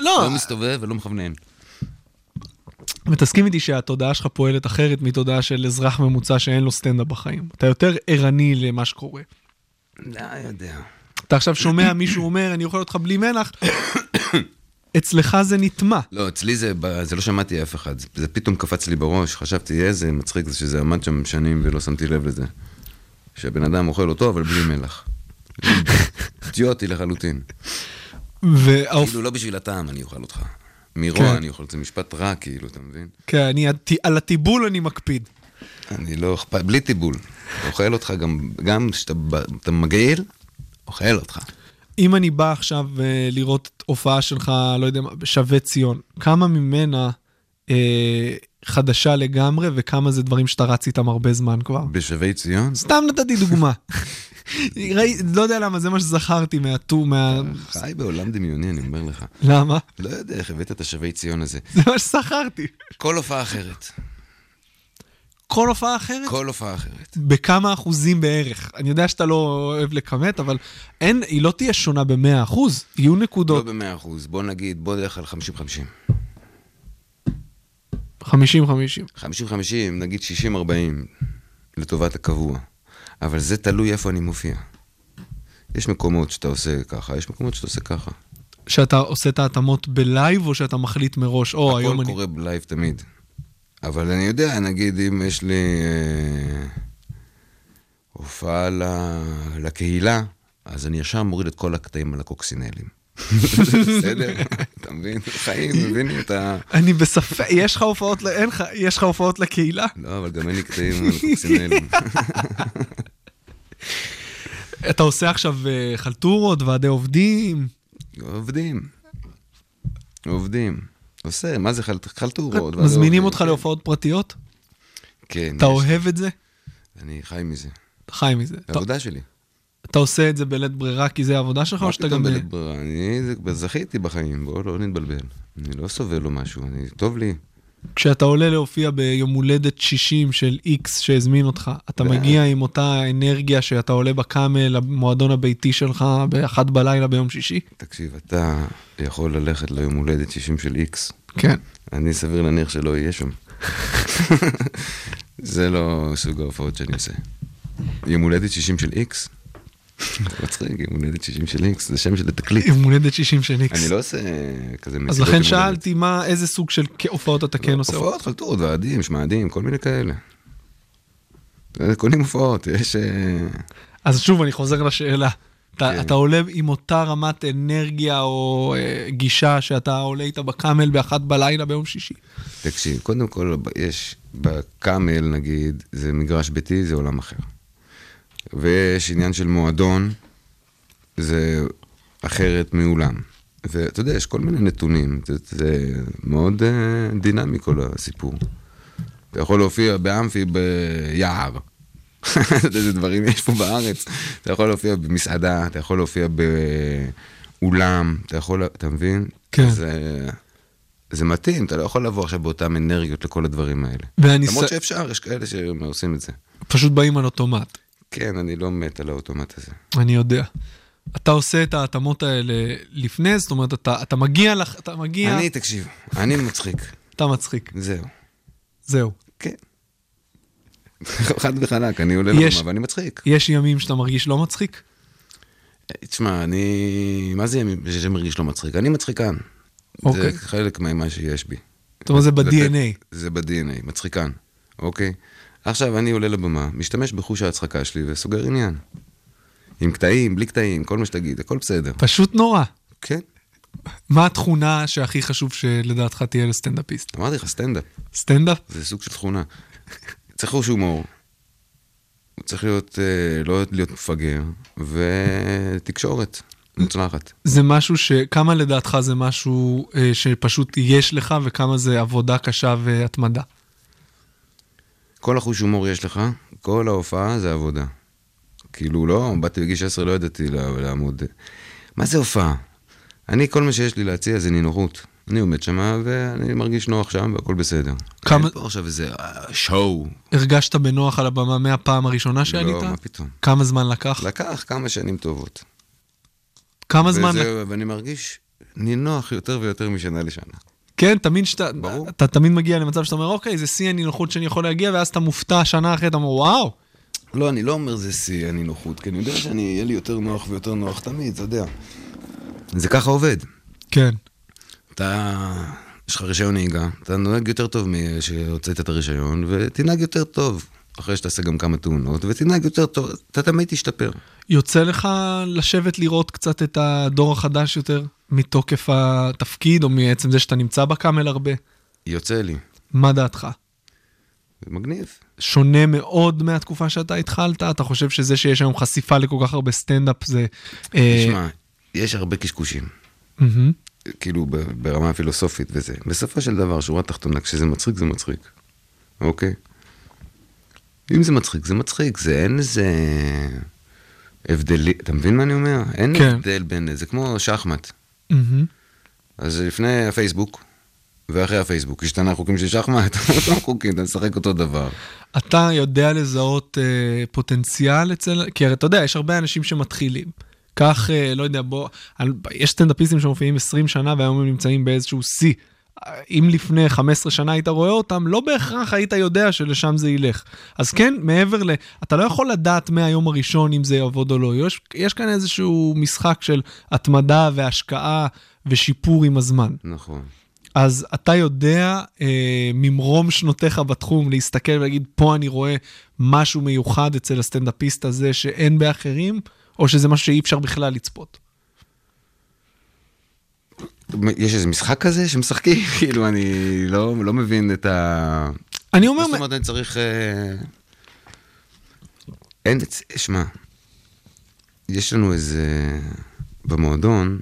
לא.
לא מסתובב ולא מכוונן.
ותסכים איתי שהתודעה שלך פועלת אחרת מתודעה של אזרח ממוצע שאין לו סטנדאפ בחיים. אתה יותר ערני למה שקורה.
לא יודע.
אתה עכשיו שומע מישהו אומר, אני אוכל אותך בלי מלח, אצלך זה נטמע.
לא, אצלי זה, ב- זה לא שמעתי אף אחד. זה- זה פתאום קפץ לי בראש, חשבתי איזה מצחיק זה שזה עמד שם שנים ולא שמתי לב לזה. שהבן אדם אוכל אותו, אבל בלי מלח. אידיוטי לחלוטין.
והאופ...
כאילו, לא בשביל הטעם אני אוכל אותך. מרוע אני אוכל, זה משפט רע, כאילו, אתה מבין?
כן, אני, על הטיבול אני מקפיד.
אני לא אכפת, בלי טיבול. אוכל אותך גם, גם כשאתה ב- אתה מגעיל, אוכל אותך.
אם אני בא עכשיו אה, לראות הופעה שלך, לא יודע מה, בשבי ציון, כמה ממנה אה, חדשה לגמרי וכמה זה דברים שאתה רץ איתם הרבה זמן כבר?
בשבי ציון?
סתם נתתי דוגמה. ראי, לא יודע למה, זה מה שזכרתי מהטו, מה...
חי בעולם דמיוני, אני אומר לך.
למה?
לא יודע איך הבאת את השבי ציון הזה.
זה מה שזכרתי.
כל הופעה אחרת.
כל הופעה אחרת?
כל הופעה אחרת.
בכמה אחוזים בערך. אני יודע שאתה לא אוהב לכמת, אבל אין, היא לא תהיה שונה במאה אחוז, יהיו
לא
נקודות.
במאה אחוז, בוא נגיד, בוא נלך על 50-50. לא.
50-50.
50-50, נגיד 60-40, לטובת הקבוע. אבל זה תלוי איפה אני מופיע. יש מקומות שאתה עושה ככה, יש מקומות שאתה עושה ככה.
שאתה עושה את ההתאמות בלייב, או שאתה מחליט מראש, או היום
הכל
אני...
קורה בלייב תמיד. אבל אני יודע, נגיד, אם יש לי אה, הופעה ל- לקהילה, אז אני ישר מוריד את כל הקטעים על הקוקסינלים. בסדר? אתה מבין? חיים, מבינים את ה...
אני בספק, יש לך הופעות, ל- אין לך, יש לך הופעות לקהילה?
לא, אבל גם אין לי קטעים על הקוקסינלים.
אתה עושה עכשיו אה, חלטורות, ועדי עובדים,
עובדים. עובדים. עושה, מה זה חל- חלטורות? ועד
מזמינים
עובדים.
אותך להופעות פרטיות?
כן.
אתה
יש.
אוהב את זה?
אני חי מזה.
אתה חי מזה. אתה-
זה העבודה שלי.
אתה עושה את זה בלית ברירה כי זה העבודה שלך, או
מה
שאתה
פתאום
גם... אה,
בלית ברירה? אני זה- זכיתי בחיים, בואו לא נתבלבל. אני לא סובל או משהו, אני- טוב לי.
כשאתה עולה להופיע ביום הולדת 60 של איקס שהזמין אותך, אתה מגיע עם אותה אנרגיה שאתה עולה בקאמל, המועדון הביתי שלך, באחת בלילה ביום שישי?
תקשיב, אתה יכול ללכת ליום הולדת 60 של איקס.
כן.
אני סביר להניח שלא אהיה שם. זה לא סוג ההופעות שאני עושה. יום הולדת 60 של איקס? מצחיק, יום הולדת 60 של איקס, זה שם של התקליט.
יום הולדת 60 של איקס.
אני לא עושה כזה מסיבות
אז
יום
לכן
הולדת.
שאלתי מה, איזה סוג של כ- הופעות אתה כן עושה?
הופעות, חלטורות, ועדים, שמעדים, כל מיני כאלה. אה, קונים הופעות, יש... אה,
אז שוב, אני חוזר לשאלה.
כן.
אתה, אתה עולה עם אותה רמת אנרגיה או אה, גישה שאתה עולה איתה בקאמל באחת בלילה ביום שישי.
תקשיב, קודם כל, ב- יש, בקאמל נגיד, זה מגרש ביתי, זה עולם אחר. ויש עניין של מועדון, זה אחרת מאולם. ואתה יודע, יש כל מיני נתונים, זה, זה מאוד אה, דינמי כל הסיפור. אתה יכול להופיע באמפי ביער. אתה יודע איזה דברים יש פה בארץ. אתה יכול להופיע במסעדה, אתה יכול להופיע באולם, אתה יכול, אתה מבין? אה,
כן.
זה, זה מתאים, אתה לא יכול לבוא עכשיו באותן אנרגיות לכל הדברים האלה.
ואני
למרות
ס-
שאפשר, יש כאלה שעושים את זה.
פשוט באים על אוטומט.
כן, אני לא מת על האוטומט הזה.
אני יודע. אתה עושה את ההתאמות האלה לפני, זאת אומרת, אתה, אתה מגיע, לך, אתה מגיע,
אני, תקשיב, אני מצחיק,
אתה מצחיק,
זהו.
זהו.
כן. חד וחלק, אני עולה
יש-
לבמה ואני מצחיק.
יש ימים שאתה מרגיש לא מצחיק?
תשמע, אני... מה זה ימים שמרגיש לא מצחיק? אני מצחיקן.
אוקיי.
זה חלק ממה שיש בי.
זאת אומרת, זה
לתת-
ב-DNA.
זה ב-DNA, מצחיקן, אוקיי? עכשיו אני עולה לבמה, משתמש בחוש ההצחקה שלי וסוגר עניין. עם קטעים, בלי קטעים, כל מה שתגיד, הכל בסדר.
פשוט נורא.
כן,
מה התכונה שהכי חשוב שלדעתך תהיה לסטנדאפיסט?
אמרתי לך, סטנדאפ,
סטנדאפ?
זה סוג של תכונה. צריך חוש הומור, הוא צריך להיות, אה, לא להיות מפגר, ותקשורת מוצלחת.
זה משהו ש... כמה לדעתך זה משהו אה, שפשוט יש לך, וכמה זה עבודה קשה והתמדה.
כל החוש הומור יש לך, כל ההופעה זה עבודה. כאילו, לא, באתי בגיל 16, לא ידעתי לה- לעמוד. מה זה הופעה? אני, כל מה שיש לי להציע זה נינוחות. אני עומד שמה ואני מרגיש נוח שם והכל בסדר.
כמה-
אין פה עכשיו איזה אה, שואו.
הרגשת בנוח על הבמה מהפעם הראשונה שעלית?
לא, מה פתאום.
כמה זמן לקח?
לקח כמה שנים טובות.
כמה זמן? לקח?
וזה, ואני מרגיש נינוח יותר ויותר משנה לשנה.
כן, תמיד שאתה,
ברור.
אתה תמיד מגיע למצב שאתה אומר, אוקיי, זה שיא הנינוחות שאני יכול להגיע, ואז אתה מופתע שנה אחרי, אתה אומר, וואו,
לא, אני לא אומר זה שיא הנינוחות, כי אני יודע שאני, יהיה לי יותר נוח ויותר נוח תמיד, אתה יודע. זה ככה עובד.
כן.
אתה, יש לך רישיון נהיגה, אתה נוהג יותר טוב משהוצאת את הרישיון, ותנהג יותר טוב אחרי שתעשה גם כמה תאונות, ותנהג יותר טוב, אתה תמיד תשתפר.
יוצא לך לשבת לראות קצת את הדור החדש יותר, מתוקף התפקיד, או מעצם זה שאתה נמצא בקאמל הרבה?
יוצא לי,
מה דעתך?
זה מגניב.
שונה מאוד מהתקופה שאתה התחלת? אתה חושב שזה שיש היום חשיפה לכל כך הרבה סטנדאפ זה... אה,
תשמע, יש הרבה קשקושים,
מהמם.
כאילו ב- ברמה הפילוסופית וזה. בסופו של דבר, שורה תחתונה, כשזה מצחיק, זה מצחיק, אוקיי? אם זה מצחיק, זה מצחיק, זה אין איזה... הבדלי, אתה מבין מה אני אומר? אין
כן.
הבדל בין, זה כמו שחמט.
מהמם.
אז לפני הפייסבוק, ואחרי הפייסבוק, השתנה החוקים של שחמט, אותם חוקים, אתה משחק אותו דבר.
אתה יודע לזהות אה, פוטנציאל אצל... כי הרי אתה יודע, יש הרבה אנשים שמתחילים. כך, אה, לא יודע, בוא... על... יש סטנדאפיסטים שמופיעים 20 שנה והיום הם נמצאים באיזשהו שיא. אה, אם לפני 15 שנה היית רואה אותם, לא בהכרח היית יודע שלשם זה ילך. אז כן, מעבר ל... אתה לא יכול לדעת מהיום הראשון אם זה יעבוד או לא. יש, יש כאן איזשהו משחק של התמדה והשקעה ושיפור עם הזמן.
נכון.
אז אתה יודע אה, ממרום שנותיך בתחום להסתכל ולהגיד, פה אני רואה משהו מיוחד אצל הסטנדאפיסט הזה שאין באחרים, או שזה משהו שאי אפשר בכלל לצפות?
יש איזה משחק כזה שמשחקים? כאילו, אני לא, לא מבין את ה...
אני
מה
אומר,
זאת אומרת, אני צריך... אה, אין, אצ- שמע, יש לנו איזה... במועדון,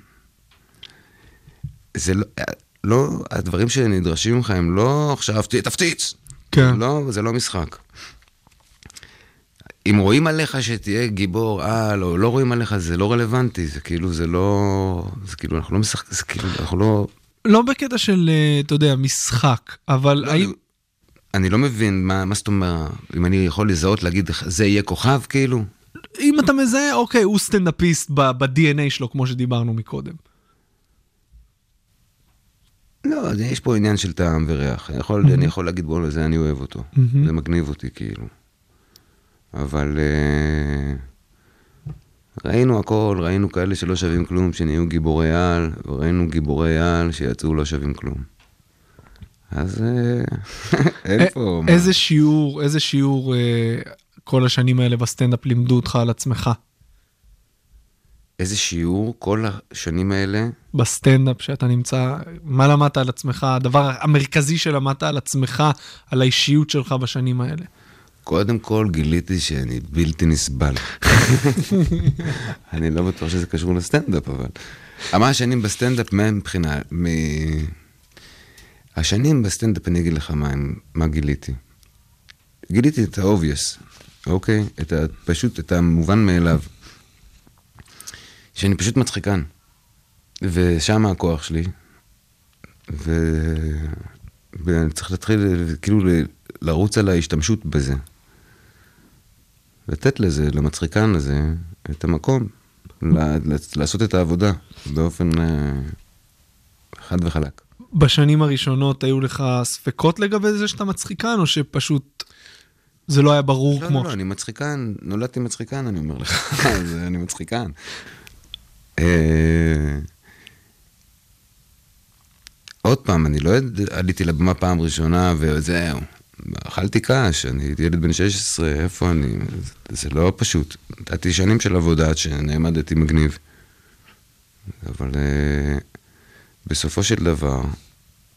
זה לא... לא, הדברים שנדרשים ממך הם לא עכשיו "ת- תפציץ.
כן.
לא, זה לא משחק. אם רואים עליך שתהיה גיבור על, או לא רואים עליך, זה לא רלוונטי, זה כאילו, זה לא... זה כאילו, אנחנו לא משחק... זה כאילו, אנחנו לא...
לא בקטע של, אה, אתה יודע, משחק, אבל
לא,
האם...
אני- אני לא מבין מה, מה זאת אומרת, אם אני יכול לזהות, להגיד, זה יהיה כוכב, כאילו?
אם אתה מזהה, אוקיי, הוא סטנדאפיסט ב- ב-DNA שלו, כמו שדיברנו מקודם.
לא, זה- יש פה עניין של טעם וריח. אני יכול, אני יכול להגיד, בואנה, זה אני אוהב אותו. זה מגניב אותי, כאילו. אבל אה, ראינו הכל, ראינו כאלה שלא שווים כלום, שנהיו גיבורי על, וראינו גיבורי על שיצאו לא שווים כלום. אז אה, אין פה... מה.
איזה שיעור, איזה שיעור אה, כל השנים האלה בסטנדאפ לימדו אותך על עצמך?
איזה שיעור כל השנים האלה
בסטנדאפ שאתה נמצא, מה למדת על עצמך, הדבר המרכזי שלמדת על עצמך, על האישיות שלך בשנים האלה.
קודם כל גיליתי שאני בלתי נסבל. אני לא בטוח שזה קשור לסטנדאפ, אבל... מה השנים בסטנדאפ, מה הם מבחינה... מ... השנים בסטנדאפ, אני אגיד לך מה, הם- מה גיליתי. גיליתי את ה-obvious, אוקיי? את ה... פשוט את המובן מאליו. שאני פשוט מצחיקן. ושם הכוח שלי. ו... ואני צריך להתחיל אה, כאילו ל- לרוץ על ההשתמשות בזה. לתת לזה, למצחיקן הזה, את המקום. ל- ל- לעשות את העבודה באופן אה, חד וחלק.
בשנים הראשונות היו לך ספקות לגבי זה שאתה מצחיקן, או שפשוט זה לא היה ברור
לא,
כמו...
לא, לא, אני מצחיקן, נולדתי מצחיקן, אני אומר לך, אז אני מצחיקן. אה, עוד פעם, אני לא יודע, עליתי לבמה פעם ראשונה וזהו. אכלתי קש, אני הייתי ילד בן 16, איפה אני? זה לא פשוט. נתתי שנים של עבודה עד שנעמדתי מגניב. אבל אה, בסופו של דבר,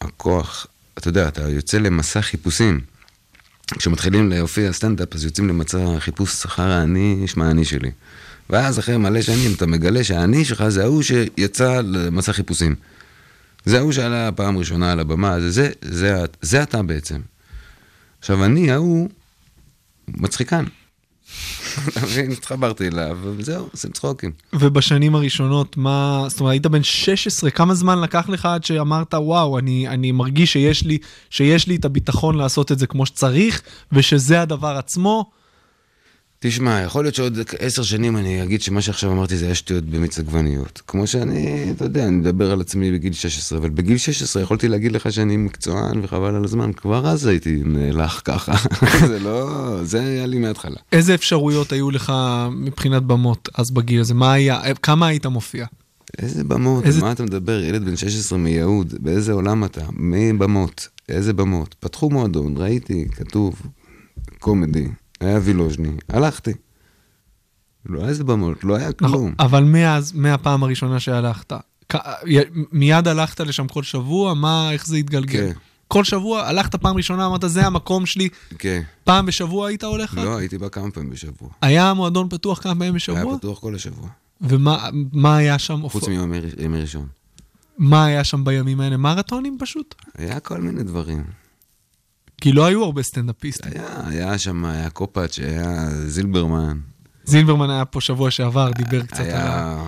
הכוח, אתה יודע, אתה יוצא למסע חיפושים. כשמתחילים להופיע סטנדאפ, אז יוצאים למצע חיפוש אחר האני, שמע האני שלי. ואז אחרי מלא שנים אתה מגלה שהאני שלך זה ההוא שיצא למסע חיפושים. זה ההוא שעלה פעם ראשונה על הבמה, זה, זה, זה, את- זה אתה בעצם. עכשיו, אני ההוא מצחיקן. אתה מבין? התחברתי אליו, וזהו, עושים צחוקים.
ובשנים הראשונות, מה... זאת אומרת, היית בן 16, כמה זמן לקח לך עד שאמרת, וואו, אני, אני מרגיש שיש לי, שיש לי את הביטחון לעשות את זה כמו שצריך, ושזה הדבר עצמו?
תשמע, יכול להיות שעוד עשר שנים אני אגיד שמה שעכשיו אמרתי זה היה שטויות במיץ עגבניות. כמו שאני, אתה יודע, אני מדבר על עצמי בגיל 16, אבל בגיל 16 יכולתי להגיד לך שאני מקצוען וחבל על הזמן, כבר אז הייתי נאלח ככה. זה לא, זה היה לי מההתחלה.
איזה אפשרויות היו לך מבחינת במות אז בגיל הזה? מה היה? כמה היית מופיע?
איזה במות,
איזה-
איזה... מה אתה מדבר? ילד בן 16 מיהוד, באיזה עולם אתה? מי במות? איזה במות? פתחו מועדון, ראיתי, כתוב, קומדי, היה וילוז'ני, הלכתי. לא היה איזה במות, לא היה כלום.
נכון, אבל מאז, מהפעם הראשונה שהלכת, כ- י- מיד הלכת לשם כל שבוע, מה, איך זה התגלגל?
כן.
כל שבוע הלכת פעם ראשונה, אמרת, זה המקום שלי,
כן.
פעם בשבוע היית הולך? רק?
לא, הייתי בא כמה פעמים בשבוע.
היה המועדון פתוח כמה פעמים בשבוע?
היה פתוח כל השבוע.
ומה מה היה שם?
חוץ מיום הר- ימי ראשון.
מה היה שם בימים האלה? מרתונים פשוט?
היה כל מיני דברים.
כי לא היו הרבה סטנדאפיסטים.
היה, היה שם, היה קופאץ', היה זילברמן.
זילברמן היה פה שבוע שעבר, דיבר קצת על... ה-
היה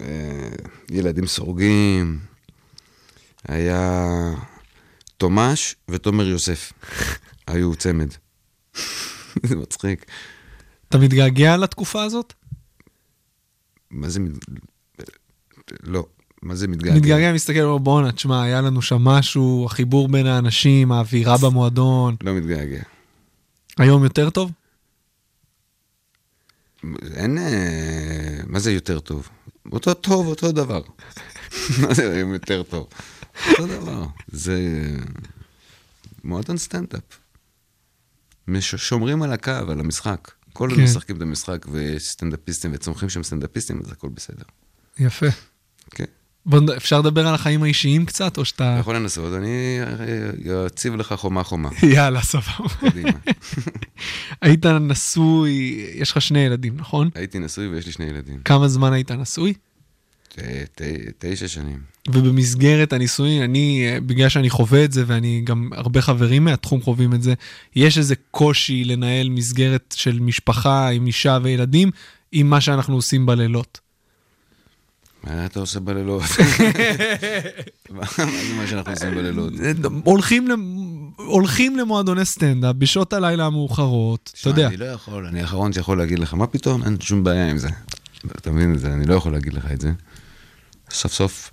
אה, ילדים סורגים. היה תומש ותומר יוסף. היו צמד. זה מצחיק.
אתה מתגעגע לתקופה הזאת?
מה זה... מת- לא. מה זה מתגעגע?
מתגעגע, מסתכל, אומר, בואנה, תשמע, היה לנו שם משהו, החיבור בין האנשים, האווירה במועדון.
לא מתגעגע.
היום יותר טוב?
אין... אה, מה זה יותר טוב? אותו טוב, אותו דבר. מה זה היום יותר טוב? אותו דבר. זה אה, מועדון סטנדאפ. מש- שומרים על הקו, על המשחק. כל
כן.
הזמן משחקים את המשחק, ויש סטנדאפיסטים וצומחים שהם סטנדאפיסטים, אז הכל בסדר.
יפה.
כן.
בוא, נד- אפשר לדבר על החיים האישיים קצת, או
אתה
שאתה...
יכול לנסות, אני אה, אציב לך חומה-חומה.
יאללה, סבבה.
קדימה.
היית נשוי, יש לך שני ילדים, נכון?
הייתי נשוי ויש לי שני ילדים.
כמה זמן היית נשוי?
ת- ת- תשע שנים.
ובמסגרת הנישואין, אני, אה, בגלל שאני חווה את זה, ואני גם, הרבה חברים מהתחום חווים את זה, יש איזה קושי לנהל מסגרת של משפחה עם אישה וילדים, עם מה שאנחנו עושים בלילות.
מה אתה עושה בלילות? מה מה זה מה שאנחנו עושים בלילות?
הולכים, למ- הולכים למועדוני סטנדאפ בשעות הלילה המאוחרות, אתה
תשמע,
יודע.
אני לא יכול, אני האחרון שיכול להגיד לך, מה פתאום? אין שום בעיה עם זה. אתה מבין את זה, אני לא יכול להגיד לך את זה. סוף סוף,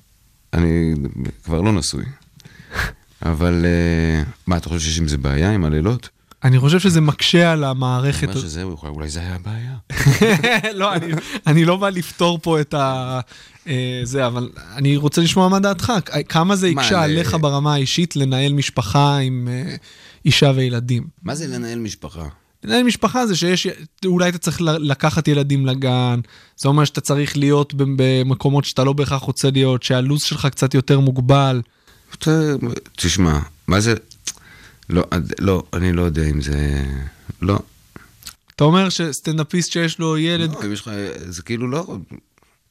אני כבר לא נשוי. אבל אה, מה, אתה חושב שיש עם זה בעיה, עם הלילות?
אני חושב שזה מקשה על
אני
המערכת.
אומר שזה, אולי- אולי זה היה הבעיה.
לא, אני, אני לא בא לפתור פה את ה... אה, זה, אבל אני רוצה לשמוע מה דעתך. כמה זה
מה,
הקשה
ל-
עליך ברמה האישית לנהל משפחה עם אה, אישה וילדים?
מה זה לנהל משפחה?
לנהל משפחה זה שיש, אולי אתה צריך ל- לקחת ילדים לגן, זה אומר שאתה צריך להיות ב- במקומות שאתה לא בהכרח רוצה להיות, שהלו"ז שלך קצת יותר מוגבל.
אתה, תשמע, מה זה... לא, לא, אני לא יודע אם זה... לא.
אתה אומר שסטנדאפיסט שיש לו ילד,
לא, אם יש לך... זה כאילו לא...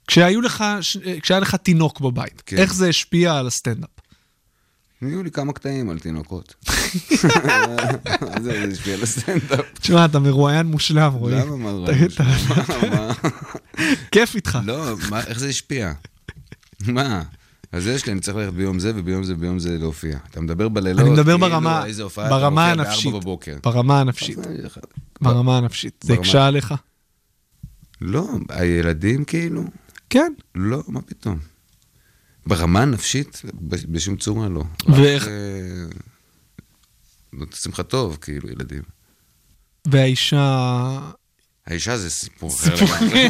כשהיו לך, ש- כשהיה לך תינוק בבית,
כן.
איך זה השפיע על הסטנדאפ?
נהיו לי כמה קטעים על תינוקות. זה השפיע על הסטנדאפ.
תשמע, אתה מרואיין מושלם, רועי.
למה מה רע?
אתה-
מה,
כיף איתך.
מה? לא, מה, איך זה השפיע? מה? אז יש לי, אני צריך ללכת ביום זה וביום זה וביום זה להופיע. אתה מדבר בלילות,
אני מדבר
כאילו,
ברמה,
איזה הופעה אתה
ברמה
מופיע
הנפשית,
בארבע בבוקר.
ברמה הנפשית, ברמה הנפשית. זה
ברמה-
הקשה עליך?
לא, הילדים כאילו,
כן.
לא, מה פתאום. ברמה הנפשית, ב- בשום צורה לא.
ואיך-
רק, אה, נותנים לך טוב, כאילו, ילדים.
והאישה...
האישה זה סיפור אחר לגמרי.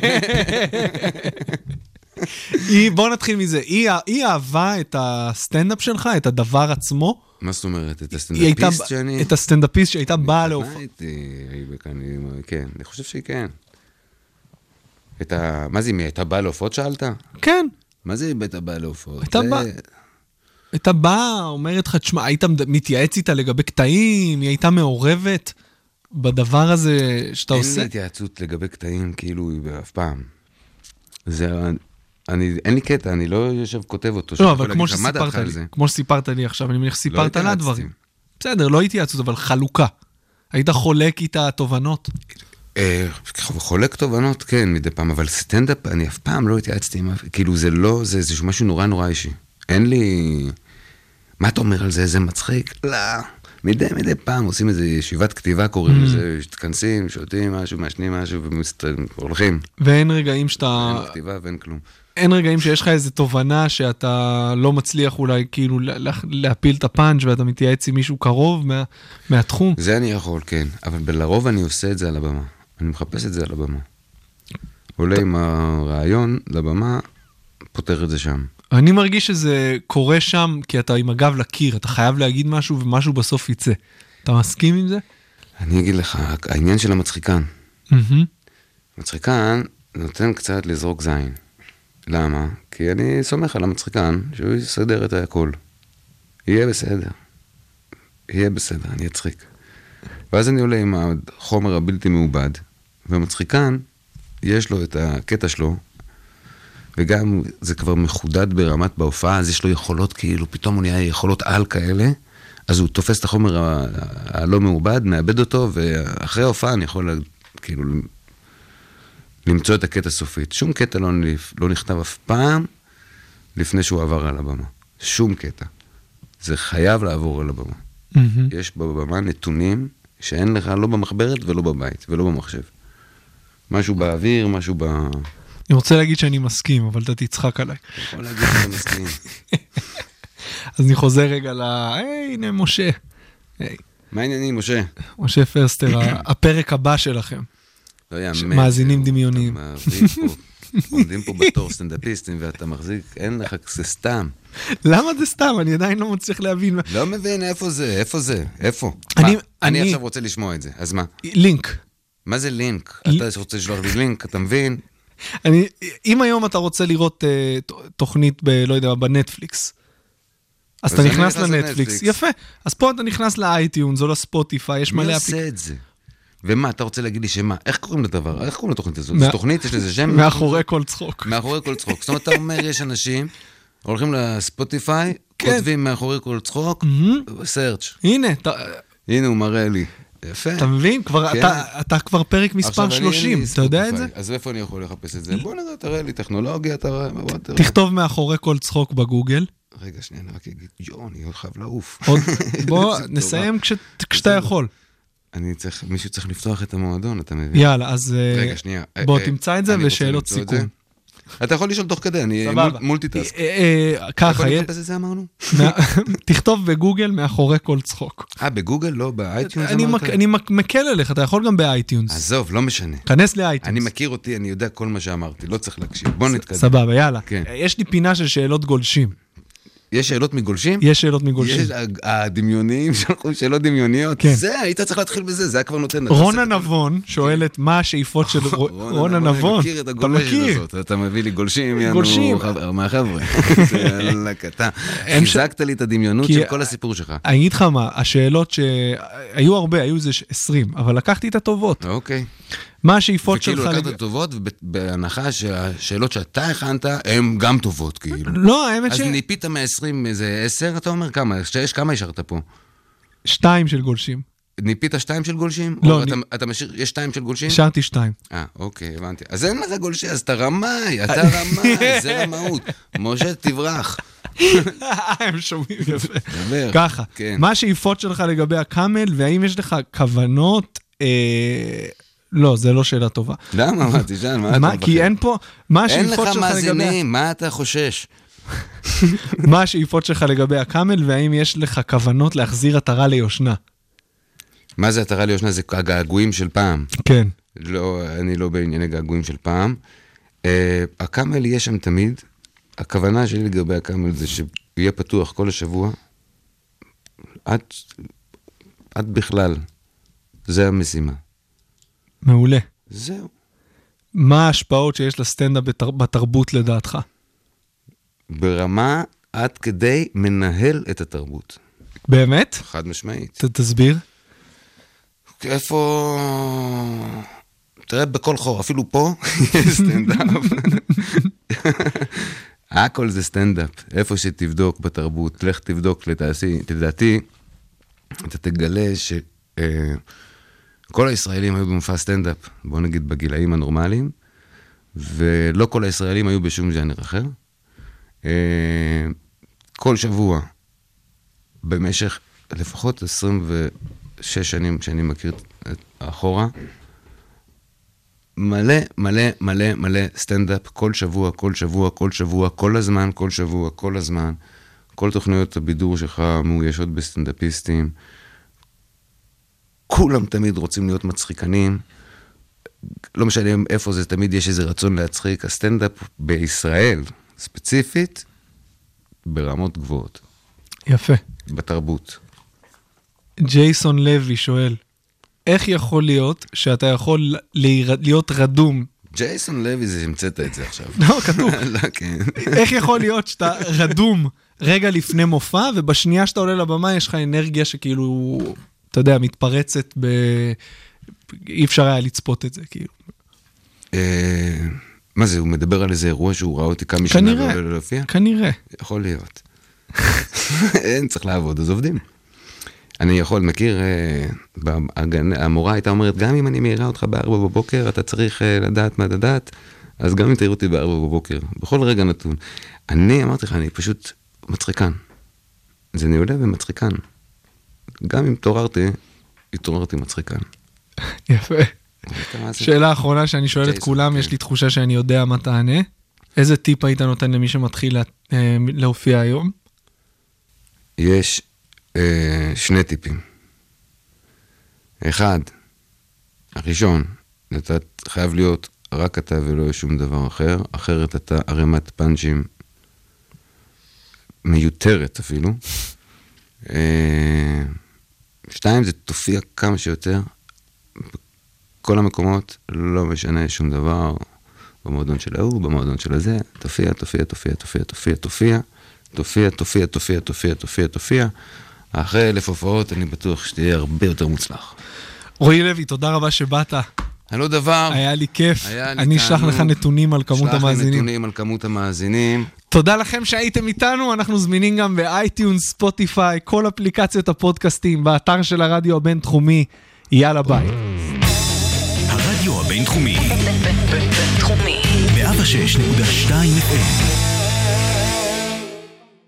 היא, בוא נתחיל מזה, היא היא אהבה את הסטנדאפ שלך, את הדבר עצמו?
מה זאת אומרת? את
היא הייתה-
הסטנדאפיסט שאני...
את הסטנדאפיסט שהייתה באה להופעה.
הייתי, אני, כן, אני חושב שהיא כן. את ה... מה זה, אם היא הייתה באה להופעות שאלת?
כן,
מה זה אם הייתה באה להופעות?
הייתה
זה-
באה. הייתה באה, אומרת לך, תשמע, היית מד- מתייעץ איתה לגבי קטעים, היא הייתה מעורבת בדבר הזה שאתה
אין
עושה.
לי התייעצות לגבי קטעים, כאילו, אף פעם. זה... אני, אין לי קטע, אני לא יושב כותב אותו. שאני
לא,
יכול
אבל כמו
להגיד לך, מה
שסיפרת
דעתך על
לי,
זה? לא
כמו שסיפרת לי עכשיו, אני מניח שסיפרת לה
התייעצתי.
דברים. בסדר, לא התייעצות, אבל חלוקה. היית חולק איתה תובנות.
אה, חולק תובנות, כן, מדי פעם, אבל סטנדאפ, אני אף פעם לא התייעצתי עם אף... כאילו, זה לא, זה זה משהו נורא נורא אישי. אין לי... מה אתה אומר על זה? זה מצחיק? לא. מדי מדי פעם עושים איזה ישיבת כתיבה, קוראים לזה, מתכנסים, שותים משהו, מעשנים משהו, והולכים.
ואין רגעים שאתה...
אין כתיבה ואין כלום.
אין רגעים שיש לך איזו תובנה שאתה לא מצליח אולי כאילו לה- לה- להפיל את הפאנץ' ואתה מתייעץ עם מישהו קרוב מה- מהתחום.
זה אני יכול, כן, אבל לרוב אני עושה את זה על הבמה. אני מחפש את זה על הבמה. עולה עם הרעיון לבמה, פותר את זה שם.
אני מרגיש שזה קורה שם כי אתה עם הגב לקיר, אתה חייב להגיד משהו ומשהו בסוף יצא. אתה מסכים עם זה?
אני אגיד לך, העניין של המצחיקן.
מהמם.
מצחיקן נותן קצת לזרוק זין. למה? כי אני סומך על המצחיקן שהוא יסדר את הכל. יהיה בסדר. יהיה בסדר, אני אצחיק. ואז אני עולה עם החומר הבלתי מעובד, והמצחיקן, יש לו את הקטע שלו, וגם זה כבר מחודד ברמת בהופעה, אז יש לו יכולות כאילו, פתאום הוא נהיה יכולות על כאלה, אז הוא תופס את החומר ה- ה- הלא מעובד, מאבד אותו, ואחרי ההופעה אני יכול לה- כאילו למצוא את הקטע סופית. שום קטע לא, נפ- לא נכתב אף פעם לפני שהוא עבר על הבמה. שום קטע. זה חייב לעבור על הבמה.
Mm-hmm. מהמם.
יש בבמה נתונים שאין לך לא במחברת ולא בבית ולא במחשב. משהו באוויר, משהו ב...
אני רוצה להגיד שאני מסכים, אבל אתה תצחק עליי.
יכול להגיד שאתה מסכים.
אז אני חוזר רגע ל... היי, הנה משה. היי.
מה העניינים, משה?
משה פרסטר, ה- הפרק הבא שלכם.
לא יאמן.
מאזינים
אתה
דמיוניים.
מעביר פה, עומדים פה בתור סטנדאפיסטים ואתה מחזיק, אין לך, זה סתם.
למה זה סתם? אני עדיין לא מצליח להבין. מה-
לא מבין איפה זה, איפה זה, איפה.
אני-
מה? אני
אני-
עכשיו רוצה לשמוע את זה, אז מה?
לינק.
מה זה לינק? אתה שרוצה לשלוח לי לינק, אתה מבין?
אני, אם היום אתה רוצה לראות אה, ת- תוכנית ב... לא יודע, בנטפליקס, אז אתה
אז אני
נכנס
נכנס
לנטפליקס.
לנטפליקס.
יפה. אז פה אתה נכנס לאייטיונס או לספוטיפיי, יש
מי
מלא
עושה את זה? ומה, אתה רוצה להגיד לי שמה? איך קוראים לדבר? איך קוראים לתוכנית הזאת?
מה-
זו תוכנית, יש לזה שם?
מאחורי כל צחוק.
מאחורי כל צחוק. זאת אומרת, אתה אומר, יש אנשים, הולכים לספוטיפיי,
כן.
כותבים מאחורי כל צחוק, search.
הנה, אתה,
הנה, הוא מראה לי. יפה.
אתה מבין? כבר,
כן.
אתה, אתה כבר פרק
עכשיו,
מספר
אני, אין לי
30, אתה יודע את זה?
ספוטיפיי, אז איפה אני יכול לחפש את זה? בוא נראה, תראה לי טכנולוגיה, תראה... בוא תראה.
תכתוב מאחורי כל צחוק בגוגל.
רגע, שנייה, אני רק אגיד, יואו, אני חייב לעוף.
עוד, בוא
איזה
נסיים
מטורף.
כש, כשאתה יכול.
אני צריך, מישהו צריך לפתוח את המועדון, אתה מבין?
יאללה, אז אה,
רגע, שנייה.
בוא
אה,
תמצא
אה,
את זה
אני רוצה
ושאלות
למצוא את זה.
סיכום.
אתה יכול לשאול תוך כדי, אני
סבבה.
מול- מולטיטאסק.
אה, אה, ככה,
איפה אני
אה,
מחפש את זה אמרנו?
מה- תכתוב בגוגל מאחורי כל צחוק.
אה, בגוגל? לא, באייטיונס
אני
אמרת?
מק- אני מק- מקל עליך, אתה יכול גם באייטיונס.
עזוב, לא משנה.
כנס
אני
לאייטיונס.
מכיר אותי, אני יודע כל מה שאמרתי, לא צריך להקשיב. בוא נתקדם.
סבבה, יאללה.
כן.
אה, יש לי פינה של שאלות גולשים.
יש שאלות מגולשים?
יש שאלות מגולשים.
יש הג- הדמיוניים שלחו שאלות דמיוניות?
כן.
זה, היית צריך להתחיל בזה, זה היה כבר נותן.
רונה נבון שואלת מה השאיפות של רו- רונה נבון.
אני מכיר את
אתה
הגולשת
מכיר.
הזאת, אתה מביא לי גולשים, יענו,
גולשים.
חבר- מהחבר'ה. יאללה, אתה
הם ש-
חיזקת לי את הדמיונות
כי-
של כל הסיפור שלך.
אני אגיד לך מה, השאלות שהיו הרבה, היו איזה 20, אבל לקחתי את הטובות.
אוקיי.
מה השאיפות שלך...
וכאילו
לג-
לקחת טובות, ובהנחה שהשאלות שאתה הכנת, הן גם טובות, כאילו.
לא, האמת ש...
אז ניפית מה-20 איזה 10, אתה אומר כמה? שיש כמה השארת פה?
שתיים של גולשים.
ניפית שתיים של גולשים?
לא,
או
אני-
אתה- אתה משאיר, יש שתיים של גולשים?
השארתי שתיים.
אה, אוקיי, הבנתי. אז אין לך גולשי, אז אתה רמאי,
אה,
אתה רמאי, זה רמאות. משה, תברח.
הם שומעים יפה.
דבר.
ככה,
כן.
מה השאיפות שלך לגבי הקאמל, והאם יש לך כוונות... אה, לא, זה לא שאלה טובה.
למה? מה, תשאל, מה אתה
מה,
מבקר?
כי אין פה, מה
אין
השאיפות
לך
שלך לגבי,
מאזינים, מה אתה חושש?
מה השאיפות שלך לגבי הקאמל, והאם יש לך כוונות להחזיר עטרה ליושנה?
מה זה עטרה ליושנה? זה הגעגועים של פעם.
כן.
לא, אני לא בענייני געגועים של פעם. אה, הקאמל יהיה שם תמיד. הכוונה שלי לגבי הקאמל זה שיהיה פתוח כל השבוע. עד, עד בכלל. זה המשימה.
מעולה.
זהו.
מה ההשפעות שיש לסטנדאפ בתר... בתרבות לדעתך?
ברמה עד כדי מנהל את התרבות.
באמת?
חד משמעית.
ת, תסביר.
איפה... תראה, בכל חור, אפילו פה, יש סטנדאפ. הכל זה סטנדאפ. איפה שתבדוק בתרבות, לך תבדוק, לתעשי, לדעתי, אתה תגלה ש... אה, כל הישראלים היו במופע סטנדאפ, בוא נגיד בגילאים הנורמליים, ולא כל הישראלים היו בשום ז'אנר אחר. אה, כל שבוע, במשך לפחות 26 שנים שאני מכיר את- אחורה, מלא, מלא, מלא, מלא סטנדאפ, כל שבוע, כל שבוע, כל שבוע, כל הזמן, כל שבוע, כל הזמן. כל תוכניות הבידור שלך מאוישות בסטנדאפיסטים. כולם תמיד רוצים להיות מצחיקנים. לא משנה איפה זה, תמיד יש איזה רצון להצחיק. הסטנדאפ בישראל, ספציפית, ברמות גבוהות,
יפה.
בתרבות.
ג'ייסון לוי שואל, איך יכול להיות שאתה יכול להיר... להיות רדום?
ג'ייסון לוי זה שהמצאת את זה עכשיו.
לא, כתוב.
לא, כן.
איך יכול להיות שאתה רדום רגע לפני מופע, ובשנייה שאתה עולה לבמה יש לך אנרגיה שכאילו, אתה יודע, מתפרצת ב... אי אפשר היה לצפות את זה, כאילו.
אה, מה זה, הוא מדבר על איזה אירוע שהוא ראה אותי כמה שנה
כנראה,
ולא להופיע?
כנראה.
יכול להיות. אין, צריך לעבוד, אז עובדים. אני יכול, מכיר, אה, בהגנ- המורה הייתה אומרת, גם אם אני מעירה אותך בארבע בבוקר, אתה צריך אה, לדעת מה לדעת, אז גם אם תעיר אותי בארבע בבוקר, בכל רגע נתון. אני אמרתי לך, אני פשוט מצחיקן. זה נעולה ומצחיקן. גם אם התעוררתי, התעוררתי מצחיקן.
יפה.
אתה כן, מה זה?
שאלה אחרונה שאני שואל את
ג'ייסון,
כולם,
כן.
יש לי תחושה שאני יודע מה תענה. איזה טיפ היית נותן למי שמתחיל לה- אה, להופיע היום?
יש אה, שני טיפים. אחד, הראשון, אתה חייב להיות רק אתה ולא שום דבר אחר, אחרת אתה ערימת פאנצ'ים מיותרת אפילו. אה, שתיים, זה תופיע כמה שיותר כל המקומות, לא משנה שום דבר, במועדון של ההוא, במועדון של הזה, תופיע, תופיע, תופיע, תופיע, תופיע, תופיע, תופיע, תופיע, תופיע, תופיע, תופיע, תופיע. אחרי אלף הופעות אני בטוח שתהיה הרבה יותר מוצלח.
רועי לוי, תודה רבה שבאת.
על עוד דבר,
היה לי כיף.
אה. היה לי
אני אשלח
תענוג.
לך נתונים על כמות
שלח לי
המאזינים.
נתונים על כמות המאזינים.
תודה לכם שהייתם איתנו, אנחנו זמינים גם באייטיונס, ספוטיפיי, כל אפליקציות הפודקאסטים, באתר של הרדיו הבינתחומי. יאללה ביי.
הרדיו הבינתחומי,
בין- בין- בין- בינתחומי.
106.2 FM,